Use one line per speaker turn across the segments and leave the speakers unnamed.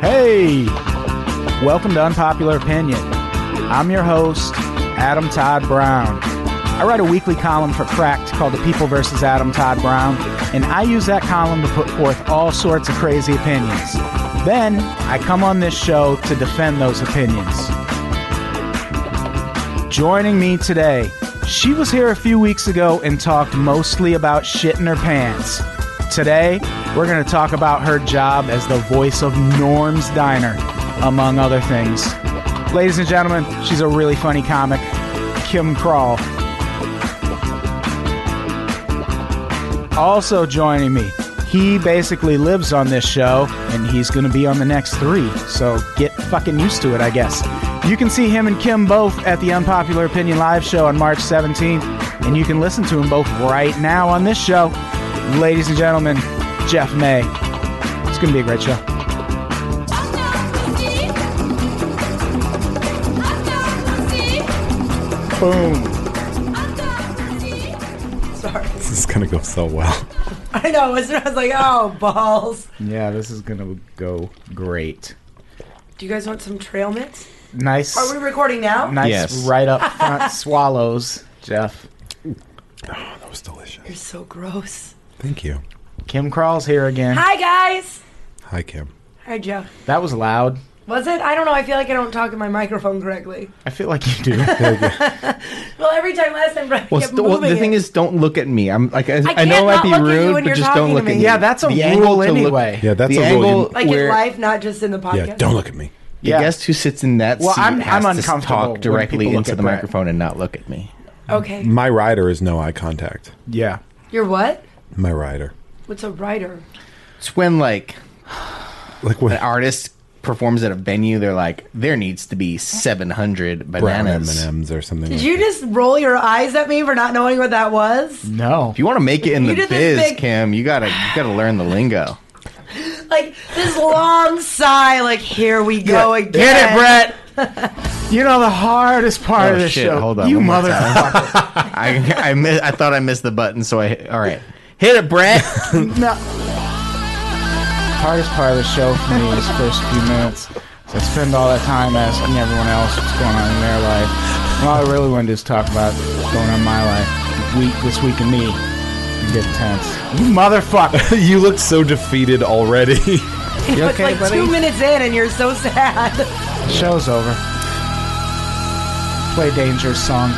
Hey, welcome to Unpopular Opinion. I'm your host, Adam Todd Brown. I write a weekly column for Cracked called The People vs. Adam Todd Brown, and I use that column to put forth all sorts of crazy opinions. Then I come on this show to defend those opinions. Joining me today, she was here a few weeks ago and talked mostly about shit in her pants. Today, we're going to talk about her job as the voice of Norm's Diner, among other things. Ladies and gentlemen, she's a really funny comic, Kim Crawl. Also joining me, he basically lives on this show, and he's going to be on the next three, so get fucking used to it, I guess. You can see him and Kim both at the Unpopular Opinion Live show on March 17th, and you can listen to them both right now on this show ladies and gentlemen, Jeff May. It's going to be a great show. Boom.
This is gonna go so well.
I know. As soon as I was like, oh, balls.
Yeah, this is going to go great.
Do you guys want some trail mix?
Nice,
Are we recording now?
nice
Yes.
right up front swallows, Jeff.
That was delicious.
You're so gross.
Thank you.
Kim Crawl's here again.
Hi, guys.
Hi, Kim.
Hi, Jeff.
That was loud.
Was it? I don't know. I feel like I don't talk in my microphone correctly.
I feel like you do.
Well, every time last time, Brian
Well,
kept
st- well,
moving
the thing
it.
is, don't look at me. I'm like, I, I,
can't
know it might
not
be
look at you when you're
rude, but just don't
talking
look
to
at
me.
me.
yeah, that's a
The angle
rule
to look-
anyway.
Yeah, that's
the
a
angle
rule. You-
like
where
in life, not just in the podcast.
yeah, don't look at me.
the
Yeah.
guest who sits in that
Well,
seat
I'm-
has
I'm
to
uncomfortable when
talk directly
people look
into
at
the
Brett.
microphone and not look at me.
Okay.
My rider is no eye contact.
yeah.
You're what?
My rider.
What's a writer?
It's when like
Like what?
an artist performs at a venue, they're like, there needs to be 700
Brown M
bananas.
and M's or something.
Did
like
you just roll your eyes at me for not knowing what that was?
No.
If you want to make it in
You
the
did this
biz,
big-
Kim, you gotta you gotta learn the lingo.
Like this long sigh, like here we go again.
Get it, Brett.
You know the hardest part
Oh,
of this
shit,
show.
hold on,
you
one more
motherfucker.
I I, miss, I thought I missed the button, so I all right. Hit it, Brett.
no. Hardest part of the show for me is first few minutes. So I spend all that time asking everyone else what's going on in their life. And all I really want to do is talk about what's going on in my life. Week this week and me. And get tense. You motherfucker.
you look so defeated already.
You
It's
okay,
like
buddy?
two minutes in, and you're so sad.
Show's over. Play Danger's song.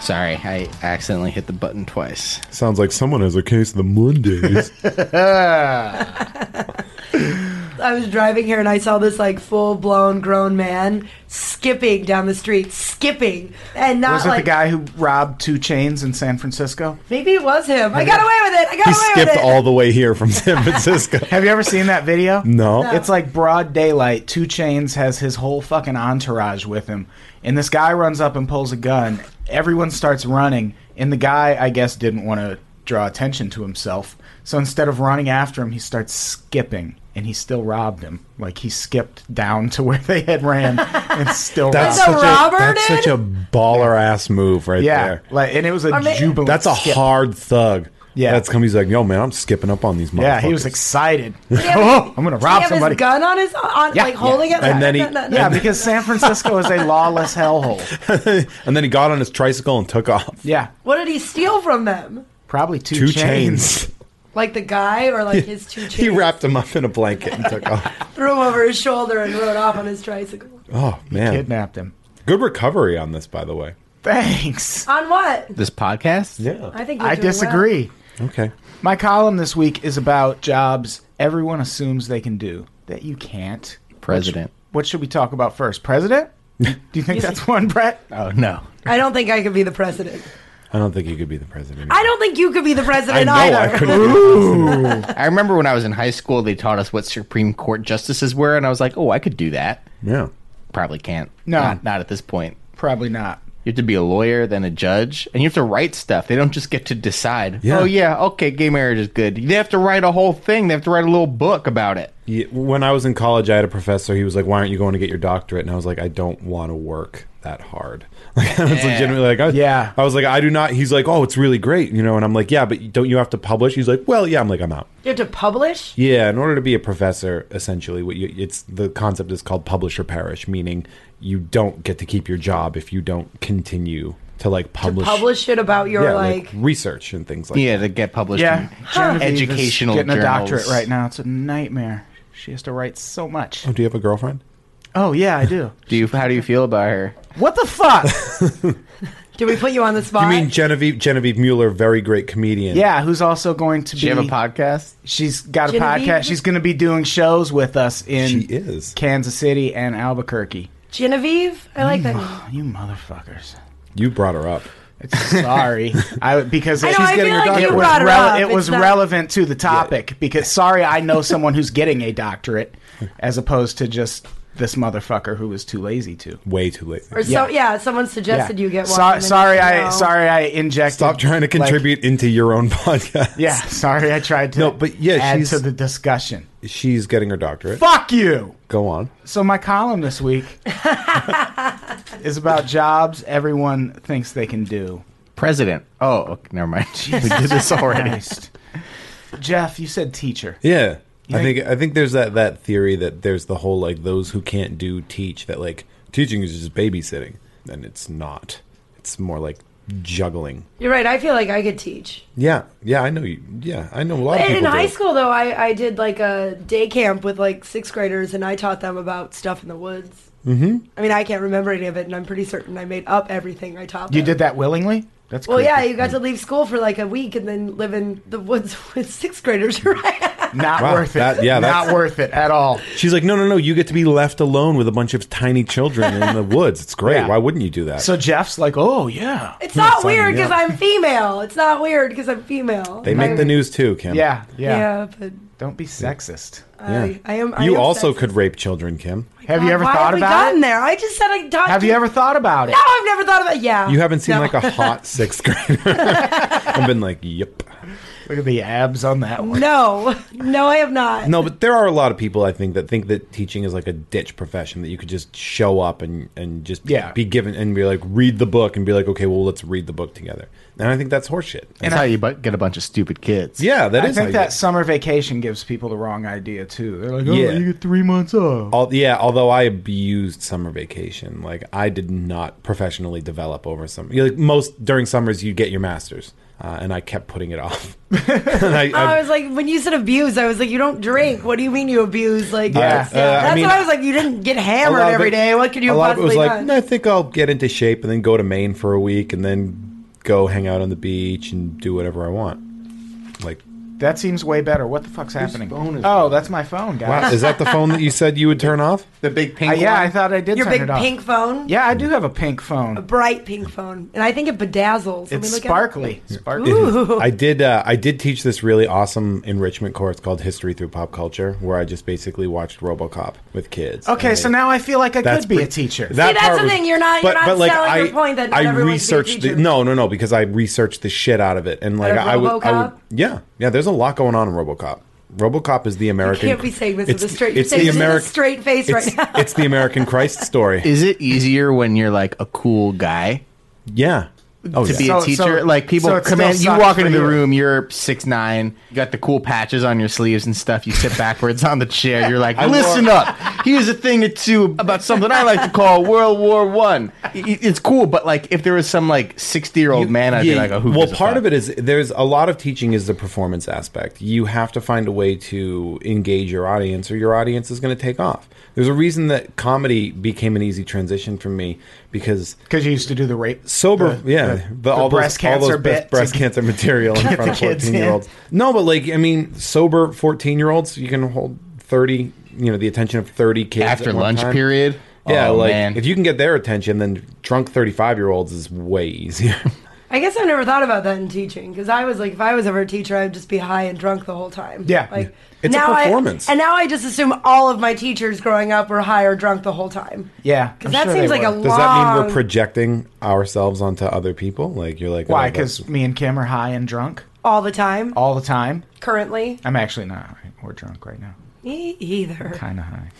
Sorry, I accidentally hit the button twice.
Sounds like someone has a case of the Mondays.
I was driving here and I saw this like full blown grown man skipping down the street, skipping, and not
Was it
like
the guy who robbed two chains in San Francisco?
maybe it was him. I got away with it. I got
he
away
skipped
with it.
all the way here from San Francisco.
Have you ever seen that video?
No. No.
It's like broad daylight. Two Chains has his whole fucking entourage with him. And this guy runs up and pulls a gun. Everyone starts running. And the guy, I guess, didn't want to draw attention to himself. So instead of running after him, he starts skipping. And he still robbed him. Like he skipped down to where they had ran and still
That's
robbed
Like the
such a
robber
that's
did?
such a baller ass move right
Yeah.
there.
Like and it was a
mean-
jubilant.
That's a
skip.
hard thug.
Yeah.
that's coming. He's like, yo, man, I'm skipping up on these. Motherfuckers.
Yeah, he was excited.
he have-
oh, I'm gonna
Did he
rob
have
somebody.
his gun on his on
Yeah.
like holding it.
And then he-
Yeah, because San Francisco is a lawless hellhole.
and then he got on his tricycle and took off.
Yeah,
what did he steal from them?
probably two,
Two
chains.
chains.
Like the guy or like his two chains?
He wrapped him up in a blanket and took off.
threw him over his shoulder and rode off on his tricycle.
Oh man,
Kidnapped him.
good recovery on this, by the way.
Thanks.
On what?
This podcast?
Yeah.
I think you're
I
doing well.
disagree.
Okay.
My column this week is about jobs everyone assumes they can do that you can't.
President.
What should we talk about first? President? Do you think that's one, Brett? Uh,
Oh no.
I don't think I could be the president.
I don't think you could be the president.
I don't think you could be the
I
president
know
either.
I couldn't.
I remember when I was in high school, they taught us what Supreme Court justices were, and I was like, oh, I could do that.
yeah.
Probably can't.
No.
Not, not at this point.
Probably not.
You have to be a lawyer, then a judge, and you have to write stuff. They don't just get to decide.
Yeah.
Oh yeah, okay, gay marriage is good. They have to write a whole thing. They have to write a little book about it.
Yeah, When I was in college, I had a professor. He was like, "Why aren't you going to get your doctorate?" And I was like, "I don't want to work that hard." Like I was legitimately like, I,
Yeah.
I was like, "I do not." He's like, "Oh, it's really great," you know. And I'm like, "Yeah, but don't you have to publish?" He's like, "Well, yeah." I'm like, "I'm out."
You have to publish.
Yeah, in order to be a professor, essentially, what you, it's the concept is called publish or perish, meaning you don't get to keep your job if you don't continue to like publish,
Publish shit about your
yeah,
like.
research and things like.
Yeah, to get published.
Yeah,
in
Genevieve is
educational
getting a
journals.
doctorate right now. It's a nightmare. She has to write so much.
Oh, do you have a girlfriend?
Oh yeah, I do.
Do you? How do you feel about her?
What the fuck?
Did we put you on the spot?
You mean Genevieve Genevieve Mueller, very great comedian.
yeah, who's also going to
Do
be?
you have a podcast?
She's got a
Genevieve?
podcast. She's going to be doing shows with us in
She is.
Kansas City and Albuquerque.
Genevieve? I like that. name.
You motherfuckers.
you brought her up.
Sorry, I because
I know,
it,
I feel like you
it was,
brought her
rele-
up.
it was
It's not-
relevant to the topic because sorry, I know someone who's getting a doctorate as opposed to just this motherfucker who was too lazy to.
Way too late.
Or so yeah, someone suggested
Yeah.
you get one.
So-
and then
sorry,
you
I
know.
sorry I injected.
Stop trying to
like-
contribute into your own podcast.
yeah, sorry I tried to.
No, but yeah,
add
she's-
to the discussion.
She's getting her doctorate.
Fuck you.
Go on.
So my column this week is about jobs everyone thinks they can do.
President. Oh, okay, never mind. we did this already.
Christ. Jeff, you said teacher.
Yeah. I
think-
think I think there's that that theory that there's the whole like those who can't do teach that like teaching is just babysitting and it's not. It's more like juggling.
You're right. I feel like I could teach.
Yeah. Yeah, I know you. Yeah, I know a lot of
And
people.
in high
do.
school, though, I, I did like a day camp with like sixth graders, and I taught them about stuff in the woods. Mm-hmm. I mean, I can't remember any of it, and I'm pretty certain I made up everything I taught.
You
them.
did that willingly? That's
Well,
creepy.
yeah, you got to leave school for like a week and then live in the woods with sixth graders. You're right?
Not
Wow,
worth it.
that- yeah,
not
that's-
worth it at all.
She's like, "No, no, no, you get to be left alone with a bunch of tiny children in the woods. It's great.
Yeah.
Why wouldn't you do that?"
So Jeff's like, oh yeah,
It's not
Sign
weird
me
because
up.
I'm female. It's not weird because I'm female.
they make the news too, Kim.
yeah,
Yeah,
yeah.
but
Don't be sexist.
I, I am. I
You
am
also
sexist.
could rape children, Kim.
have you
God,
ever
why
thought
have we
about
gotten
it?
there? I just said I talked.
Have
to-
you ever thought about it?
No, I've never thought about. Yeah,
You haven't seen
No.
like a hot sixth grader. I've been like, yep.
Look at the abs on that one.
No, no, I have not.
No, but there are a lot of people I think that think that teaching is like a ditch profession that you could just show up and and just be-
Yeah.
be given and be like read the book and be like, okay, well, let's read the book together. And I think that's horseshit.
That's how you bu- get a bunch of stupid kids.
yeah, that
I
is. how
think
you-
that summer vacation gives people the wrong idea too. They're like, oh,
Yeah.
you get three months off.
Al- yeah, although I abused summer vacation, like I did not professionally develop over summer. You know, like most during summers, you get your masters, uh, and I kept putting it off. and I,
Oh,
I-
I was like, when you said abuse, I was like, you don't drink. What do you mean you abuse? Like,
Yeah.
yeah,
Uh, I
that's
mean-
what I was like. You didn't get
A
hammered
lot of
every
it-
day. What could you
a lot of it
possibly
was like
done?
"No, i think i'll get into shape and then go to maine for a week and then go hang out on the beach and do whatever i want like
That seems way better. What the fuck's happening? oh, that's my phone, guys.
wow is that the phone that you said you would turn off
The big pink.
Uh, yeah,
one?
I thought I did
Your
turn
big
it off.
pink phone,
Yeah, I do have a pink phone.
bright pink phone, and I think it bedazzles. Let
it's
me look at it.
sparkly. Sparkly.
i did uh, i did teach this really awesome enrichment course called history through pop culture where i just basically watched robocop with kids
Okay,
And
so
they-
now I feel like I
That's
could be a
pretty-
teacher.
that
that's
part
the
was-
thing, you're not- you're not selling your point that not
I
everyone should be a
researched the,
teacher.
no no no because I researched the shit out of it and like
Out of
I would, I would
RoboCop?
yeah yeah there's a lot going on in RoboCop. RoboCop is the American.
can't be saying this with
it's-
a straight- you're saying this with a straight face
it's-
right now.
It's the American Christ story.
Is it easier when you're like a cool guy
Yeah. Oh
to
yeah.
be
So-
a teacher?
so-
like people
so it
come
still
in, you
sucks
walk
for
into the
you.
room, you're six nine, you got the cool patches on your sleeves and stuff. You sit backwards on the chair. You're like, listen up. Here's a thing or two about something I like to call World War One. It's cool, but like if there was some like sixty year old man, I'd be
Yeah,
like, oh, who
well,
gives a
part
fuck?
of it is there's a lot of teaching is the performance aspect. You have to find a way to engage your audience, or your audience is going to take off. There's a reason that comedy became an easy transition for me because
Because you used to do the rape.
sober,
the-
yeah,
the-
the,
the
all those,
breast
all
cancer bit
those breast, breast
to-
cancer material in front of
the kids
fourteen year olds.
in.
No, but like I mean, sober fourteen year olds, you can hold thirty, you know, the attention of thirty kids
after
at one
lunch
time.
period.
Yeah,
Oh,
like
man.
if you can get their attention, then drunk thirty-five-year-olds is way easier.
I guess I've never thought about that in teaching because I was like, if I was ever a teacher, I'd just be high and drunk the whole time.
Yeah.
like
It's a
now I-
performance.
and now I just assume all of my teachers growing up were high or drunk the whole time.
Yeah, I'm
because that
sure
seems
they
like a
were.
long.
Does that mean we're projecting ourselves onto other people? Like you're like
Why?
oh, that's-
Because me and Kim are high and drunk
all the time?
all the time.
Currently,
I'm actually not. high. We're drunk right now.
me either.
Kind of high.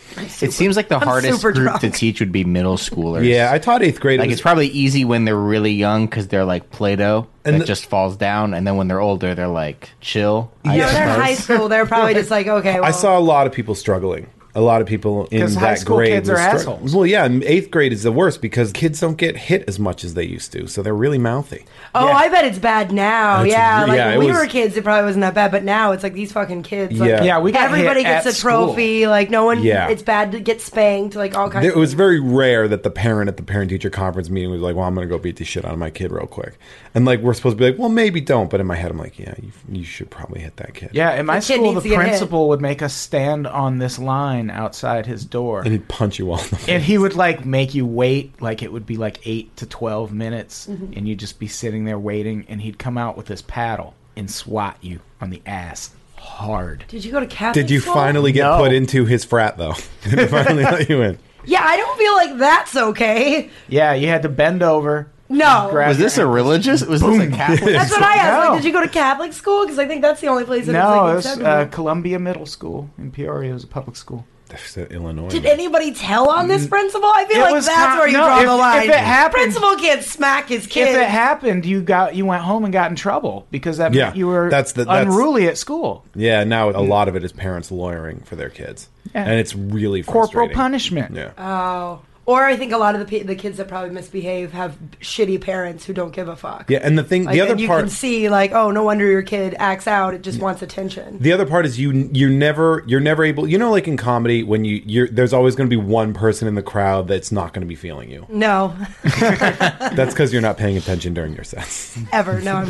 It seems like the hardest
super
group to
drunk.
teach would be middle schoolers.
yeah, I taught eighth grade.
like it's probably easy when they're really young because they're like Play-Doh
And
and that
the-
just falls down, and then when they're older, they're like chill. I
You know, they're in high
suppose.
school. They're probably just like, okay. Well,
I saw a lot of people struggling. A lot of people in
'Cause
that
high school
grade
kids
were
are
strugg-
assholes.
Well, yeah, and eighth grade is the worst because kids don't get hit as much as they used to, so they're really mouthy.
Oh,
Yeah.
I bet it's bad now.
It's
yeah,
re-
like
yeah, it
when we
was-
were kids, it probably wasn't that bad, but now it's like these fucking kids. Like,
Yeah.
Yeah, we got hit
everybody
at
gets a
school.
trophy. Like no one.
Yeah.
it's bad to get spanked. Like all kinds.
It was
of
very rare that the parent at the parent teacher conference meeting was like, "Well, I'm going to go beat the shit out of my kid real quick," and like we're supposed to be like, "Well, maybe don't," but in my head, I'm like, "Yeah, you, you should probably hit that kid."
Yeah, in my
The kid
school,
needs
the
to get hit.
principal would make us stand on this line outside his door.
and he'd punch you all. in the face.
and he would like make you wait like it would be like 8 to 12 minutes
Mm-hmm.
and you'd just be sitting there waiting and he'd come out with his paddle and swat you on the ass hard
Did you go to Catholic?
Did you
school?
finally get
No.
put into his frat though? Did he finally let you in?
Yeah, I don't feel like that's okay.
yeah you had to bend over
No.
Grab-
Was this a religious? Was this a Catholic?
That's what I asked.
No.
Like, did you go to Catholic school? Because I think that's the only place that
no it
it's
was
like
uh,
acceptable.
columbia middle school in peoria it was a public school
That's uh, Illinois.
Did
man.
anybody tell on this principal? I feel
Mm. It
like
was
that's
not-
where you
no,
draw
if-
the line.
if it happened-
principal can't smack his kid.
if it happened you got you went home and got in trouble because that
Yeah,
meant you were
that's the- that's-
unruly at school
Yeah, now a lot of it is parents lawyering for their kids,
Mm. Yeah.
and it's really
corporal
frustrating.
punishment
Yeah,
Oh. Or I think a lot of the pe- the kids that probably misbehave have shitty parents who don't give a fuck.
yeah, and the thing,
Like,
the other
and you
part,
can see like, oh, no wonder your kid acts out. It just wants attention.
the other part is you you never you're never able you know like in comedy when you you're there's always going to be one person in the crowd that's not going to be feeling you
No,
that's because you're not paying attention during your sets
ever. No, I'm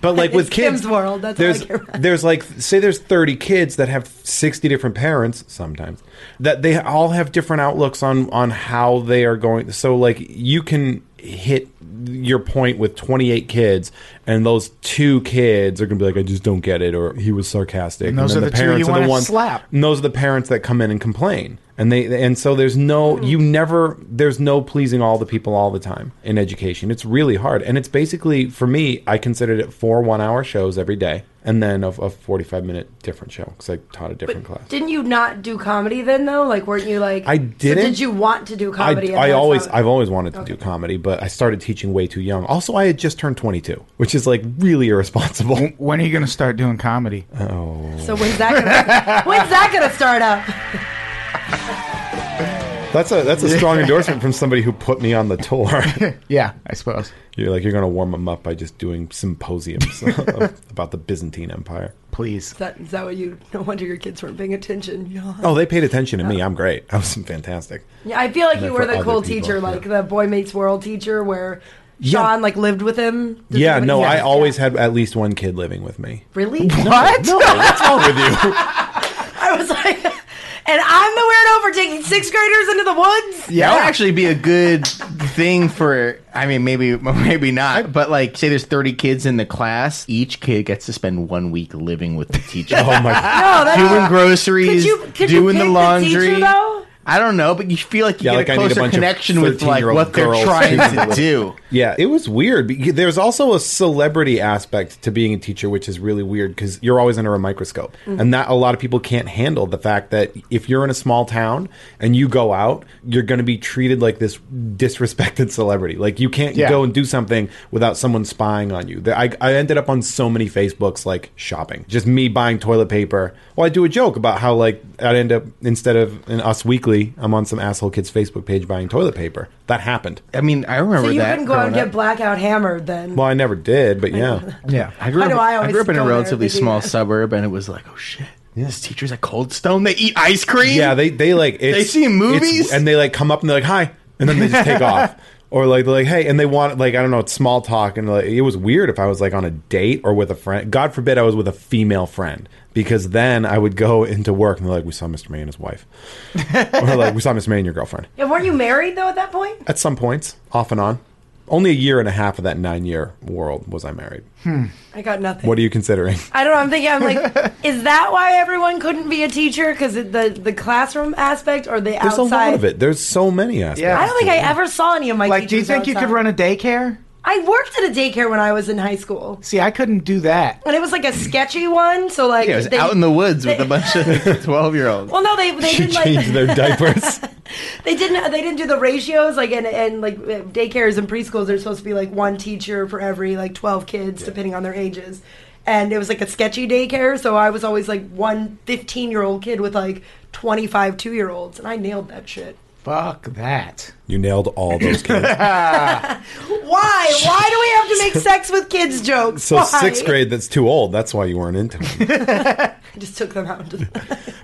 but like with
It's
kids
Kim's world, that's all I
there's
care about.
there's like say there's 30 kids that have 60 different parents sometimes that they all have different outlooks on on how they are going so like you can hit your point with 28 kids and those two kids are gonna be like i just don't get it or he was sarcastic
those
then
are the two you wanna slap.
and those are the parents that come in and complain and they and so there's
Mm-hmm.
no you never there's no pleasing all the people all the time in education it's really hard and it's basically for me i considered it four one hour shows every day and then a, a 45 minute different show because i taught a different class
Didn't you not do comedy then though? Like, weren't you like?
I
so
didn't.
did you want to do
I,
comedy? and
I
that's
always
how-
I've always wanted to do comedy but I started teaching way too young also I had just turned 22 which is like really irresponsible
when are you going to start doing comedy
So when's that? Gonna, when's that gonna start up?
that's a that's a strong endorsement from somebody who put me on the tour
yeah i suppose
You're like you're gonna warm them up by just doing symposiums of- about the Byzantine Empire.
please
Is that, is that what you? No wonder your kids weren't paying attention. you know?
Oh, they paid attention to me. I'm great. I was fantastic.
Yeah, I feel like
They're
you were
for
the
other
cool
people,
teacher,
yeah.
like the Boy Meets World teacher, where
Yeah.
Sean like lived with him. Did
yeah,
you-
no, I always
Yeah.
had at least one kid living with me.
really.
what
What's wrong with you?
I was like, and I'm the weirdo for taking sixth graders into the woods.
That would actually be a good thing for. I mean, maybe maybe not, but like, say there's 30 kids in the class. Each kid gets to spend one week living with the teacher,
Oh my!
No, that's
doing
Could
groceries,
you- could you
doing
pick
the
the
laundry.
teacher, though?
I don't know, but you feel like you
Yeah, like
get
I
a
need a
closer
bunch of
connection with like
13-year-old
what they're
girls
trying
to
to do.
Yeah, it was weird. Be- There's also a celebrity aspect to being a teacher, which is really weird because you're always under a microscope, and that a lot of people can't handle the fact that if you're in a small town and you go out, you're going to be treated like this disrespected celebrity. Like you can't
Yeah.
go and do something without someone spying on you. There- I, I ended up on so many Facebooks like shopping, just me buying toilet paper. Well, I do a joke about how like I'd end up instead of in Us Weekly, I'm on some asshole kid's Facebook page buying toilet paper. That happened.
I mean, I remember
So you
that.
couldn't go out and
growing
get
up.
blackout hammered then.
Well, I never did, but yeah.
yeah
I grew
Why
up,
do I
I,
always
grew up in
go
a
there
relatively
to do
small
that?
suburb, and it was like, oh shit, this teacher's at Cold Stone. They eat ice cream.
Yeah, they they like it's,
see movies?
it's- and they like come up and they're like hi, and then they just take off. Or like they're like, hey, and they want like I don't know, it's small talk, and like it was weird if I was like on a date or with a friend. God forbid I was with a female friend because then I would go into work and they're like, we saw Mr. May and his wife, or like we saw Mr. May and your girlfriend.
Yeah, weren't you married though at that point?
At some points, off and on, only a year and a half of that nine year world was I married.
I got nothing.
What are you considering?
I don't know. I'm thinking. I'm like, is that why everyone couldn't be a teacher? Because the the classroom aspect or the
There's
outside.
a lot of it. There's so many aspects.
Yeah.
I don't think I ever saw any of my.
Like, do you
teachers
think you could
outside.
run a daycare?
I worked at a daycare when I was in high school,
See, I couldn't do that.
and it was like a sketchy one. So like,
Yeah, it was
they-
out in the woods with
they-
a bunch of twelve year olds.
Well, no, they they
She
didn't like
changed their diapers.
they didn't they didn't do the ratios like and and like uh, daycares and preschools. They're supposed to be like one teacher for every like twelve kids, depending on their ages. And it was like a sketchy daycare, so I was always like one 15 year old kid with like 25 two year olds, and I nailed that shit.
Fuck that.
you nailed all those kids.
Why? Why do we have to make sex with kids jokes?
So
Why?
sixth grade, that's too old. That's why you weren't into it.
I just took them out.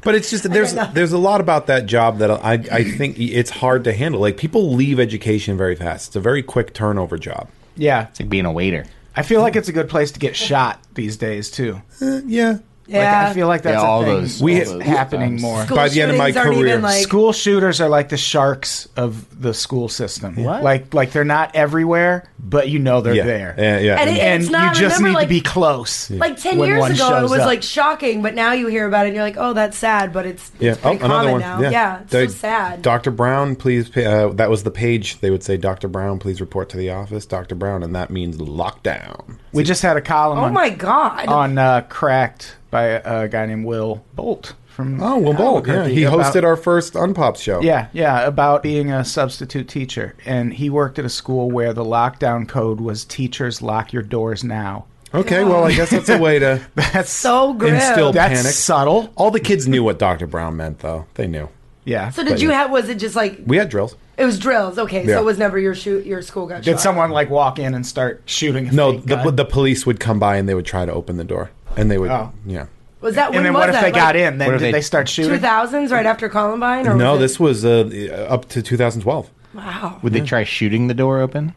But it's just there's there's a lot about that job that I I think it's hard to handle. Like people leave education very fast. It's a very quick turnover job.
Yeah.
It's like being a waiter.
I feel like it's a good place to get shot these days, too.
Eh, yeah.
Uh, yeah.
Like, I feel like that's
Yeah,
a
all
thing
those-
We-
all those
happening
times.
more.
School
by the end of my
shootings aren't
career,
even, like-
school shooters are like the sharks of the school system.
What?
Like, like they're not everywhere, but you know they're
Yeah.
there.
Yeah, yeah.
And it-
and
It's not-
you just
remember,
need
like-
to be close.
like 10
when
years
one
ago it
shows
was
up.
like shocking but now you hear about it and you're like oh that's sad but it's, it's
yeah.
pretty common now yeah, it's
They-
so sad
Dr. Brown, please. pa- Uh, that was the page. They would say, Dr. Brown, please report to the office. Dr. Brown. And that means lockdown.
we just had a column
oh
on,
my god
on uh, Cracked by a, a guy named Will Bolt from
Oh, well, Bolt. Yeah.
Albuquerque
He
about-
hosted our first Unpops show.
Yeah, yeah, about being a substitute teacher. And he worked at a school where the lockdown code was teachers lock your doors now.
Okay. Well, I guess that's a way to.
That's
so grim
instill-
that's
panic.
subtle.
All the kids knew what Dr. Brown meant, though. They knew.
Yeah.
so did you have was it just like
We had drills.
it was drills okay
Yeah.
so it was never your shoot your school got
did
shot
someone like walk in and start shooting? a
No,
fake
the,
gun?
the police would come by and they would try to open the door, and they would,
Oh.
yeah.
was that when
and then
was
what if
that
they
like,
got in? Then
What if
did they,
they-
start shooting?
2000s right after columbine or
No,
was it-
this was uh, up to 2012.
wow
Would they try shooting the door open?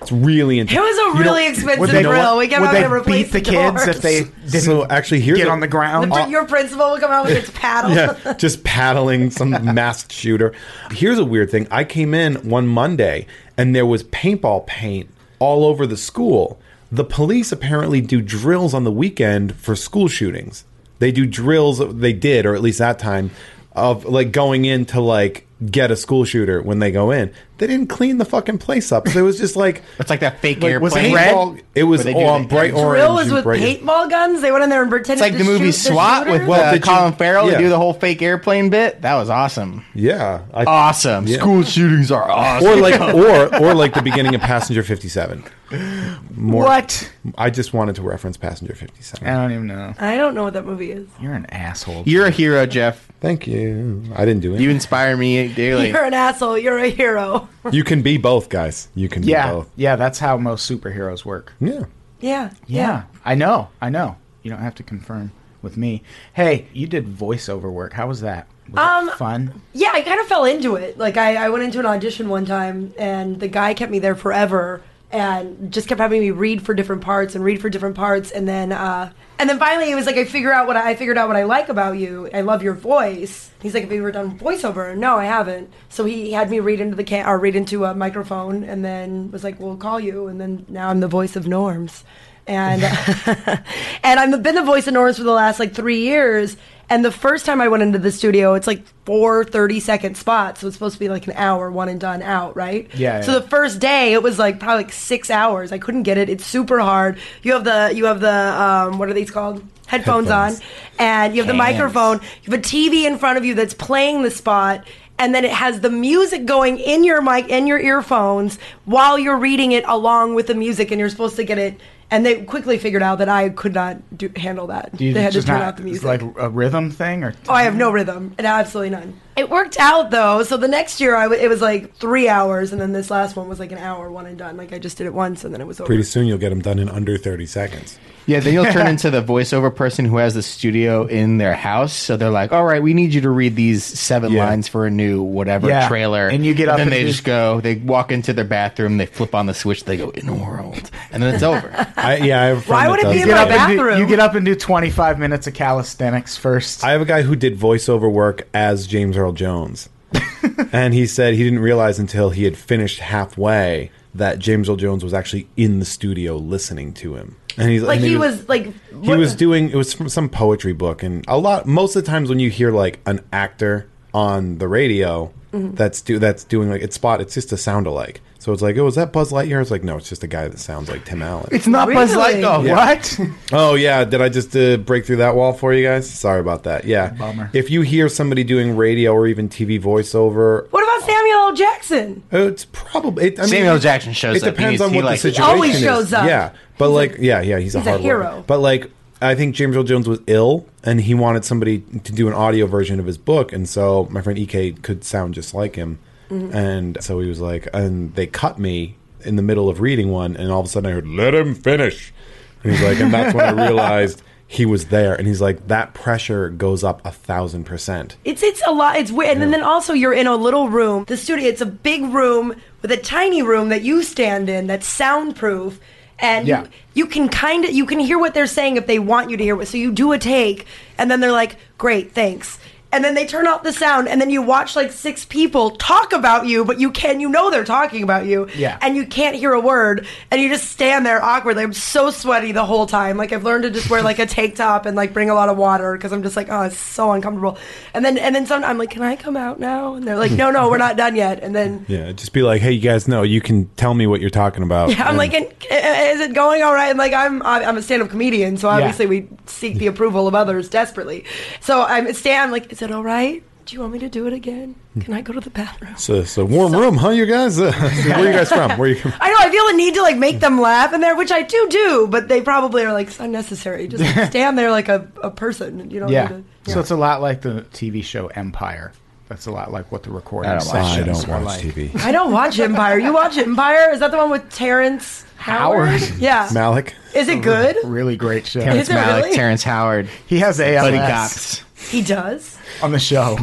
It's really
it
intense.
was a
You know-
really expensive
Would they,
drill we kept
would
out
they
to replace
beat the, kids
doors.
if they didn't
so actually, here's
get
a-
on the
The
ground?
pr- your principal would come out with its paddle
yeah, just paddling some masked shooter. Here's a weird thing. I came in one Monday and there was paintball paint all over the school. The police apparently do drills on the weekend for school shootings. They do drills they did or at least that time of like going in to like get a school shooter when they go in. They didn't clean the fucking place up. So it was just like
It's like that fake airplane.
was it red?
paintball, it was
Where they do
on
the-
bright orange.
drill was
and
with
bright-
paintball guns they went in there and pretended
It's like
to
the movie
shoot the
SWAT with
shooters?
Well,
uh,
did you-
Colin Farrell.
yeah.
They do the whole fake airplane bit. That was awesome.
Yeah. I,
Awesome.
Yeah.
School shootings are awesome.
or like or or like the beginning of Passenger 57. Oh, More,
what?
I just wanted to reference Passenger 57.
I don't even know.
I don't know what that movie is.
You're an asshole.
You're a hero, Jeff.
Thank you. I didn't do it.
You
You,
inspire me daily.
You're an asshole. You're a hero.
can be both, guys. You can be
yeah,
both.
yeah. That's how most superheroes work.
Yeah.
Yeah.
Yeah, I know. I know. You don't have to confirm with me. Hey, you did voiceover work. How was that? Was
Um,
it fun?
Yeah, I kind of fell into it. Like, I, I went into an audition one time, and the guy kept me there forever and just kept having me read for different parts and read for different parts. And then, uh, and then finally, it was like, I figure out what I, I figured out what I like about you. I love your voice. He's like, Have you ever done voiceover? No, I haven't. So he had me read into the can or read into a microphone, and then was like, We'll call you. And then now I'm the voice of Norms. and and I've been the voice of Norris for the last like three years. And the first time I went into the studio, it's like four 30 second spots. So it's supposed to be like an hour, one and done out, right?
Yeah,
So
yeah.
the first day, it was like probably like six hours. I couldn't get it. It's super hard. You have the, you have the, um, what are these called? Headphones,
Headphones.
on. And you have the
Cans.
microphone. You have a TV in front of you that's playing the spot. And then it has the music going in your mic, in your earphones while you're reading it along with the music. And you're supposed to get it and they quickly figured out that I could not do, handle that.
Do you
they had to
just
turn
not-
out the music.
Like a rhythm thing, or
Oh, I have no rhythm, and absolutely none. It worked out though. So the next year, I w- it was like three hours, and then this last one was like an hour, one and done. Like I just did it once, and then it was over.
Pretty soon you'll get them done in under 30 seconds.
Yeah, then you'll turn into the voiceover person who has the studio in their house. So they're like, "All right, we need you to read these seven
Yeah.
lines for a new whatever
Yeah.
trailer."
And you get up
then
and
they
do-
just go. They walk into their bathroom. They flip on the switch. They go in a world, and then it's over.
I, yeah, I have a friend
Why
that
would it
does
be
that.
in my
and do,
bathroom?
you get up and do 25 minutes of calisthenics first.
I have a guy who did voiceover work as James Earl Jones. and he said he didn't realize until he had finished halfway that James Earl Jones was actually in the studio listening to him. And he's
like
and
he was like
he was doing it was from some poetry book and a lot most of the times when you hear like an actor on the radio that's do that's doing like it's spot it's just a sound alike. So it's like, oh, is that Buzz Lightyear? It's like, no, it's just a guy that sounds like Tim Allen.
It's not Buzz
Really?
Lightyear.
Yeah.
What?
Oh yeah, did I just uh, break through that wall for you guys? Sorry about that. Yeah,
Bummer.
If you hear somebody doing radio or even TV voiceover,
What about Samuel L. Jackson?
Uh, it's probably it, I mean,
Samuel Jackson shows
It
up. He
depends
needs-
on
he,
what
like-
the
He
situation
always
is.
shows up.
Yeah, but like, yeah, yeah, he's a
he's a
hard worker.
hero.
But like, I think James Earl Jones was ill, and he wanted somebody to do an audio version of his book, and so my friend Ek could sound just like him,
Mm-hmm.
and so he was like, and they cut me in the middle of reading one, and all of a sudden I heard, "Let him finish," and he's like, and that's when I realized. He was there, and he's like, that pressure goes up a thousand percent.
It's it's a lot. It's weird. And then also you're in a little room. The studio. It's a big room with a tiny room that you stand in that's soundproof, and
Yeah.
you, you can kind of you can hear what they're saying if they want you to hear what. So you do a take, and then they're like, "Great, thanks." And then they turn off the sound, and then you watch like six people talk about you, but you can you know they're talking about you,
Yeah.
and you can't hear a word, and you just stand there awkwardly. I'm so sweaty the whole time. Like I've learned to just wear like a tank top and like bring a lot of water because I'm just like oh it's so uncomfortable. And then and then some I'm like can I come out now? And they're like no no we're not done yet. And then
Yeah, just be like, hey, you guys know, you can tell me what you're talking about.
yeah, I'm
and-
like, and, uh, is it going all right? And like, I'm I'm I'm a stand-up comedian, so obviously we seek the approval of others desperately. So I'm stand I'm like, is it all right? Do you want me to do it again? Can I go to the bathroom?
It's a, it's a warm room, huh, you guys? Uh, where you guys from? Where you from?
I know I feel a need to like make them laugh in there, which I do do, but they probably are like it's unnecessary. Just stand there like a, a person, you know?
yeah.
Need to,
So it's a lot like the TV show Empire. That's a lot like what the recording
I don't watch
sessions
I don't
were
watch
like.
TV.
I don't watch Empire. You watch Empire? Is that the one with Terrence Howard?
Howard.
Yeah.
Malik?
Is it good?
Really great show.
Terrence
it
Malick,
really?
Terrence Howard,
He has ALS
Buddy Cox.
He does.
on the show,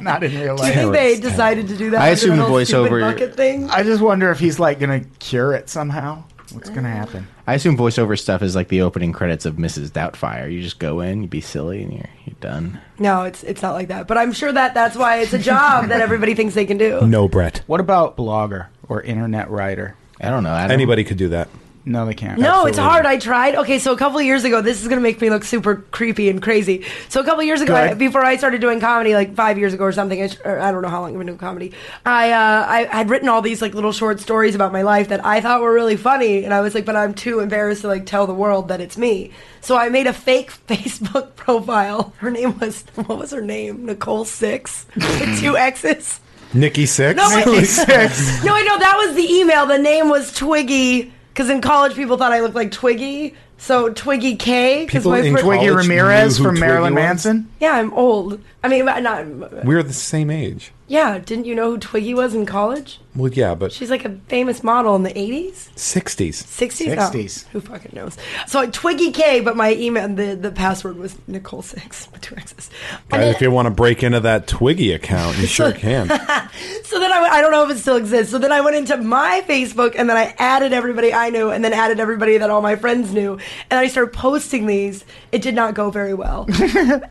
not in real
Do you
life.
think they decided to do that?
I
with
assume
their
the
whole stupid
voiceover-
bucket thing.
I just wonder if he's like gonna cure it somehow. What's gonna happen?
I assume voiceover stuff is like the opening credits of Mrs. Doubtfire. You just go in, you be silly, and you're you're done.
No, it's it's not like that. But I'm sure that that's why it's a job that everybody thinks they can do.
No, Brett.
What about blogger or internet writer?
I don't know. I don't,
Anybody could do that.
No, they can't.
No, it's hard. I tried. Okay, so a couple of years ago, this is going to make me look super creepy and crazy. So a couple of years ago,
Good.
I, before I started doing comedy, like five years ago or something, I, sh- or I don't know how long I've been doing comedy. I uh, I had written all these like little short stories about my life that I thought were really funny, and I was like, but I'm too embarrassed to like tell the world that it's me. So I made a fake Facebook profile. Her name was what was her name? Nicole Six, with two X's.
Nikki Six?
No, wait.
Six.
No, I know that was the email. The name was Twiggy because in college people thought I looked like Twiggy. So Twiggy K because
People
my
in
fir-
Twiggy
College
Ramirez
knew who
from Marilyn
Twiggy was?
Manson.
yeah, I'm old. I mean, but not
We're the same age.
yeah. Didn't you know who Twiggy was in college?
Well, yeah, but
She's like a famous model in the '80s,
60s.
'60s,
60s.
Oh, who fucking knows? So Twiggy K, but my email the the password was Nicole Six with two X's. And
Guys,
then-
if you want to break into that Twiggy account, you sure can.
So then I, went- I don't know if it still exists. So then I went into my Facebook and then I added everybody I knew and then added everybody that all my friends knew. And I started posting these. It did not go very well.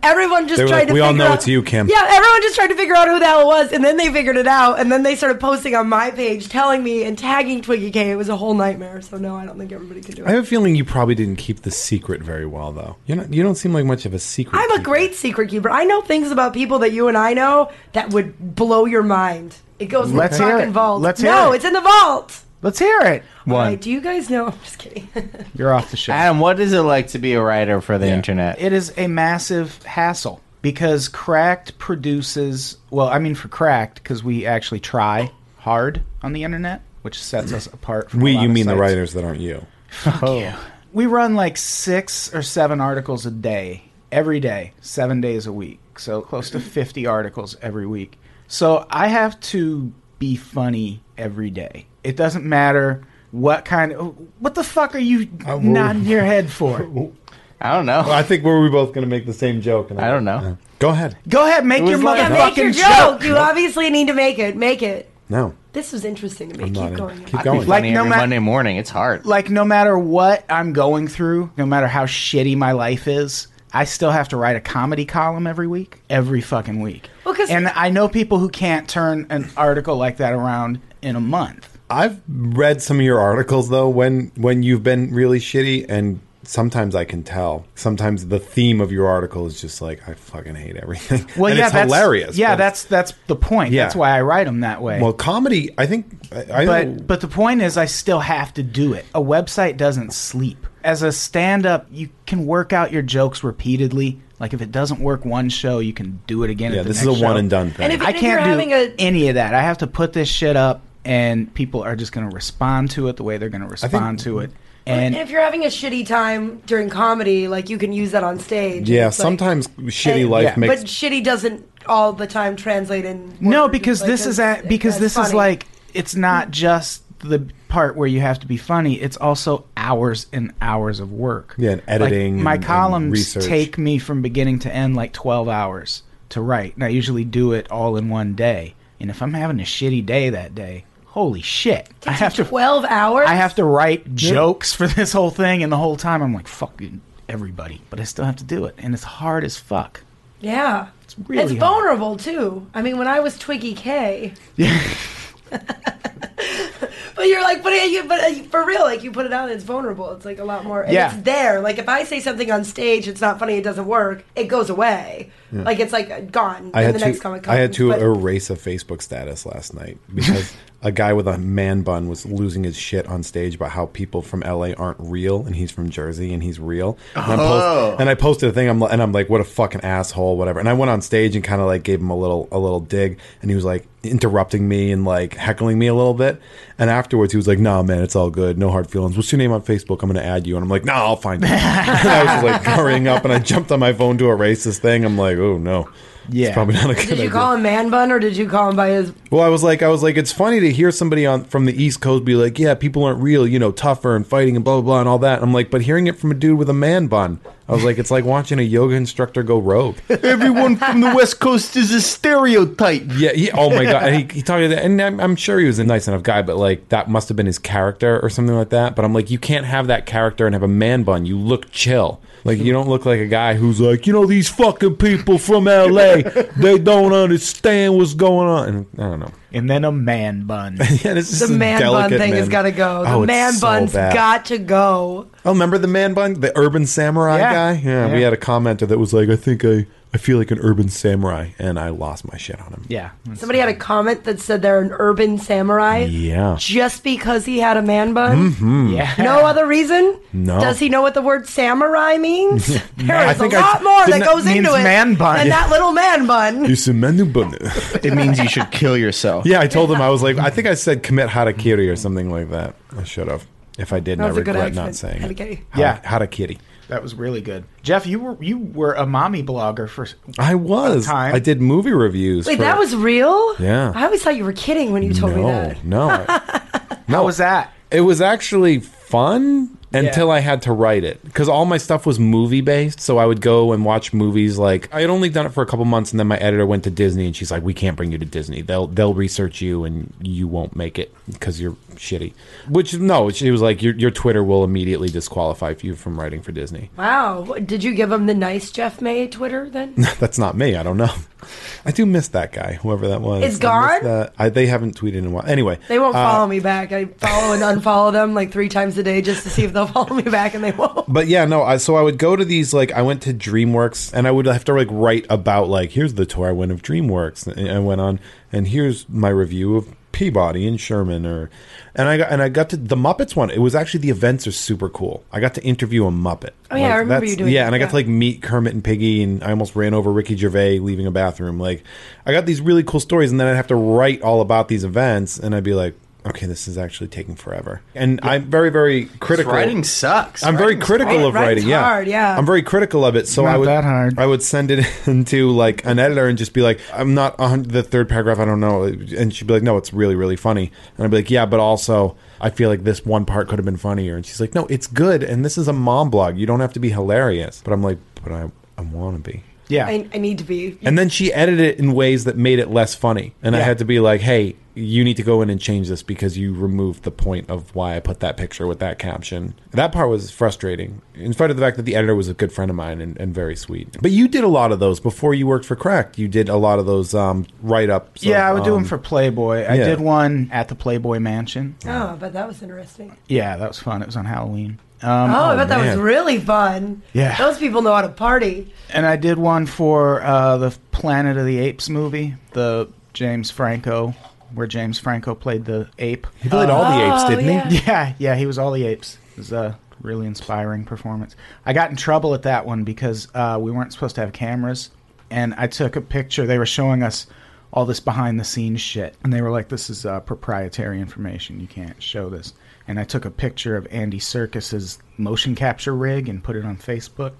everyone just
They were
tried
like,
to
"We all
figure
know
out-
it's you, Kim."
Yeah, everyone just tried to figure out who the hell it was. And then they figured it out. And then they started posting on my page, telling me and tagging Twiggy K. It was a whole nightmare. So no, I don't think everybody can do
I
it.
have a feeling you probably didn't keep the secret very well, though. You're not, you don't seem like much of a secret.
I'm a
keeper.
great secret keeper. I know things about people that you and I know that would blow your mind. It goes in
Let's
the
hear
fucking
it.
vault.
Let's
no,
hear it.
it's in the vault.
Let's hear it.
One.
Like, do you guys know? I'm just kidding.
You're off the show.
Adam, what is it like to be a writer for the internet?
it is a massive hassle because Cracked produces, well, I mean, for Cracked, because we actually try hard on the internet, which sets us apart from a
We,
lot
you
of
mean the
sites. Oh.
writers that aren't you.
we run like six or seven articles a day every day seven days a week so close to 50 articles every week so i have to be funny every day it doesn't matter what kind of what the fuck are you
will-
nodding your head for
I don't know.
I think were we both going to make the same joke? And
I don't know.
Go ahead.
go ahead make your
was like-
Yeah,
motherfucking
make your
joke,
joke. You obviously need to make it. Make it.
No,
This was interesting to me.
I'm not
Keep
in-
going.
Keep
Be
going.
Like,
funny
no
every
ma-
Monday morning. It's hard.
like no matter what i'm going through no matter how shitty my life is i still have to write a comedy column every week every fucking week
Well, 'cause-
and i know people who can't turn an article like that around in a month
I've read some of your articles though when when you've been really shitty and sometimes I can tell. Sometimes the theme of your article is just like I fucking hate everything.
well
and
yeah
it's
that's
hilarious.
yeah
but
that's that's the point
Yeah.
that's why i write them that way
well comedy, I think I, I
but but the point is i still have to do it a website doesn't sleep as a stand-up you can work out your jokes repeatedly like if it doesn't work one show you can do it again
yeah,
at the
this is
next
a
show.
one and done thing.
And if-
I
you're
can't do
having a-
any of that. I have to put this shit up, and people are just going to respond to it the way they're going to respond to it. And
And if you're having a shitty time during comedy, like you can use that on stage.
yeah,
It's like-
sometimes shitty
and-
life
yeah.
makes
but shitty doesn't all the time translate in.
no,
words.
because
Like,
this is
that's-
at because
that's
this is
funny.
like it's not just the part where you have to be funny. It's also hours and hours of work.
Yeah, and editing
Like, my
and- and
columns
research.
take me from beginning to end like twelve hours to write, and I usually do it all in one day. And if I'm having a shitty day that day, holy shit, I have to
twelve hours.
I have to write jokes for this whole thing, and the whole time I'm like, fucking everybody. But I still have to do it, and it's hard as fuck.
Yeah, it's
really hard.
vulnerable too. I mean, when I was Twiggy K. Yeah. but you're like, but, you, but uh, for real, like you put it out, it's vulnerable. It's like a lot more. And
Yeah.
It's there. Like if I say something on stage, it's not funny. It doesn't work. It goes away. Like it's like gone.
I
in
had
the
to
next comic
I had
comes.
to
But-
erase a Facebook status last night because a guy with a man bun was losing his shit on stage about how people from LA aren't real and he's from Jersey and he's real. And, I'm post- and I posted a thing I'm, li- and I'm like, what a fucking asshole, whatever. And I went on stage and kind of like gave him a little a little dig and he was like interrupting me and like heckling me a little bit. And afterwards he was like, nah, man, it's all good. No hard feelings. What's your name on Facebook? I'm going to add you. And I'm like, nah, I'll find you. and I was just like hurrying up and I jumped on my phone to erase this thing. I'm like, oh no.
Yeah.
It's probably not a good
Did you
idea.
call him man bun or did you call him by his?
Well, I was like, I was like, it's funny to hear somebody on from the East Coast be like, yeah, people aren't real, you know, tougher and fighting and blah blah blah and all that. And I'm like, but hearing it from a dude with a man bun, I was like, it's like watching a yoga instructor go rogue.
Everyone from the West Coast is a stereotype.
yeah, yeah. Oh my god. And he, he talked to that, and I'm, I'm sure he was a nice enough guy, but like that must have been his character or something like that. But I'm like, you can't have that character and have a man bun. You look chill. Like you don't look like a guy who's like, you know, these fucking people from L.A. They don't understand what's going on. And I don't know.
And then a man bun.
Yeah, it's
The
just a
man bun
delicate
thing
man-
has got to go. The
Oh, it's
man
so
bun's
bad.
got to go.
Oh, remember the man bun, the urban samurai
Yeah.
guy? Yeah, we
Yeah.
had a commenter that was like, "I think I, I feel like an urban samurai," and I lost my shit on him.
yeah.
Somebody had a comment that said they're an urban samurai.
Yeah. Mm-hmm.
Just because he had a man bun.
Yeah.
No other reason.
No.
Does he know what the word samurai means? there
I
is a
think I-
lot more
didn't
that
that
goes
means
into it
man bun?
than that little man bun.
It's a man bun.
It means you should kill yourself.
yeah, I told him I was like, I think I said commit harakiri or something like that. I should have. If I didn't,
That
I
was a good
regret not
accent.
saying it.
Harakiri.
Har-
Yeah.
harakiri.
That was really good. Jeff, you were you were a mommy blogger for
I was.
Time.
I did movie reviews.
Wait,
for-
that was real?
Yeah.
I always thought you were kidding when you told me
no,
that.
no, I- no.
How was that?
It was actually fun until I had to write it because all my stuff was movie based. So I would go and watch movies. Like I had only done it for a couple months, and then my editor went to Disney, and she's like, "We can't bring you to Disney. They'll they'll research you, and you won't make it because you're shitty." Which no, she was like, "Your your Twitter will immediately disqualify you from writing for Disney."
Wow. What- Did you give him the nice Jeff May Twitter then?
That's not me. I don't know. I do miss that guy, whoever that was.
It's
I miss
gone?
that. I, they haven't tweeted in a while. Anyway,
They won't
uh,
follow me back. I follow and unfollow them like three times a day just to see if they'll follow me back, and they won't.
But yeah, no. I, so I would go to these like I went to DreamWorks and I would have to like write about like here's the tour I went of DreamWorks and I went on and here's my review of Peabody and Sherman or and I got and I got to the Muppets one. It was actually the events are super cool. I got to interview a Muppet.
Oh, yeah, I remember
that's-
you doing
Yeah,
that,
and I got to
yeah.
like meet Kermit and Piggy and I almost ran over Ricky Gervais leaving a bathroom. Like I got these really cool stories and then I'd have to write all about these events and I'd be like. okay, this is actually taking forever. And I'm very, very critical.
Writing sucks.
I'm very
Writing's
critical
hard.
of writing.
Writing's
Yeah.
hard, yeah.
I'm very critical of it. So
Not
I would
that hard.
I would send it into like an editor and just be like, I'm not on the third paragraph. I don't know. And she'd be like, No, it's really really funny. And I'd be like, Yeah, but also I feel like this one part could have been funnier. And she's like, No, it's good. And this is a mom blog. You don't have to be hilarious. But I'm like, But I I want to be.
Yeah.
I, I need to be.
And then she edited it in ways that made it less funny. And I
Yeah.
had to be like, hey, you need to go in and change this because you removed the point of why I put that picture with that caption. That part was frustrating, in spite of the fact that the editor was a good friend of mine and, and very sweet. But you did a lot of those before you worked for Cracked. You did a lot of those um, write ups.
yeah, I would do them for Playboy. I
yeah.
did one at the Playboy Mansion.
Oh, but that was interesting.
Yeah, that was fun. It was on Halloween.
Oh,
Um,
I bet that was
man.
really fun.
Yeah.
Those people know how to party.
and I did one for uh, the Planet of the Apes movie, the James Franco, where James Franco played the ape. Uh,
He played all the apes,
Oh,
didn't
yeah.
he?
Yeah, yeah, he was all the apes. It was a really inspiring performance. I got in trouble at that one because uh, we weren't supposed to have cameras, and I took a picture. They were showing us all this behind the scenes shit, and they were like, "This is uh, proprietary information. You can't show this." And I took a picture of Andy Circus's motion capture rig and put it on Facebook.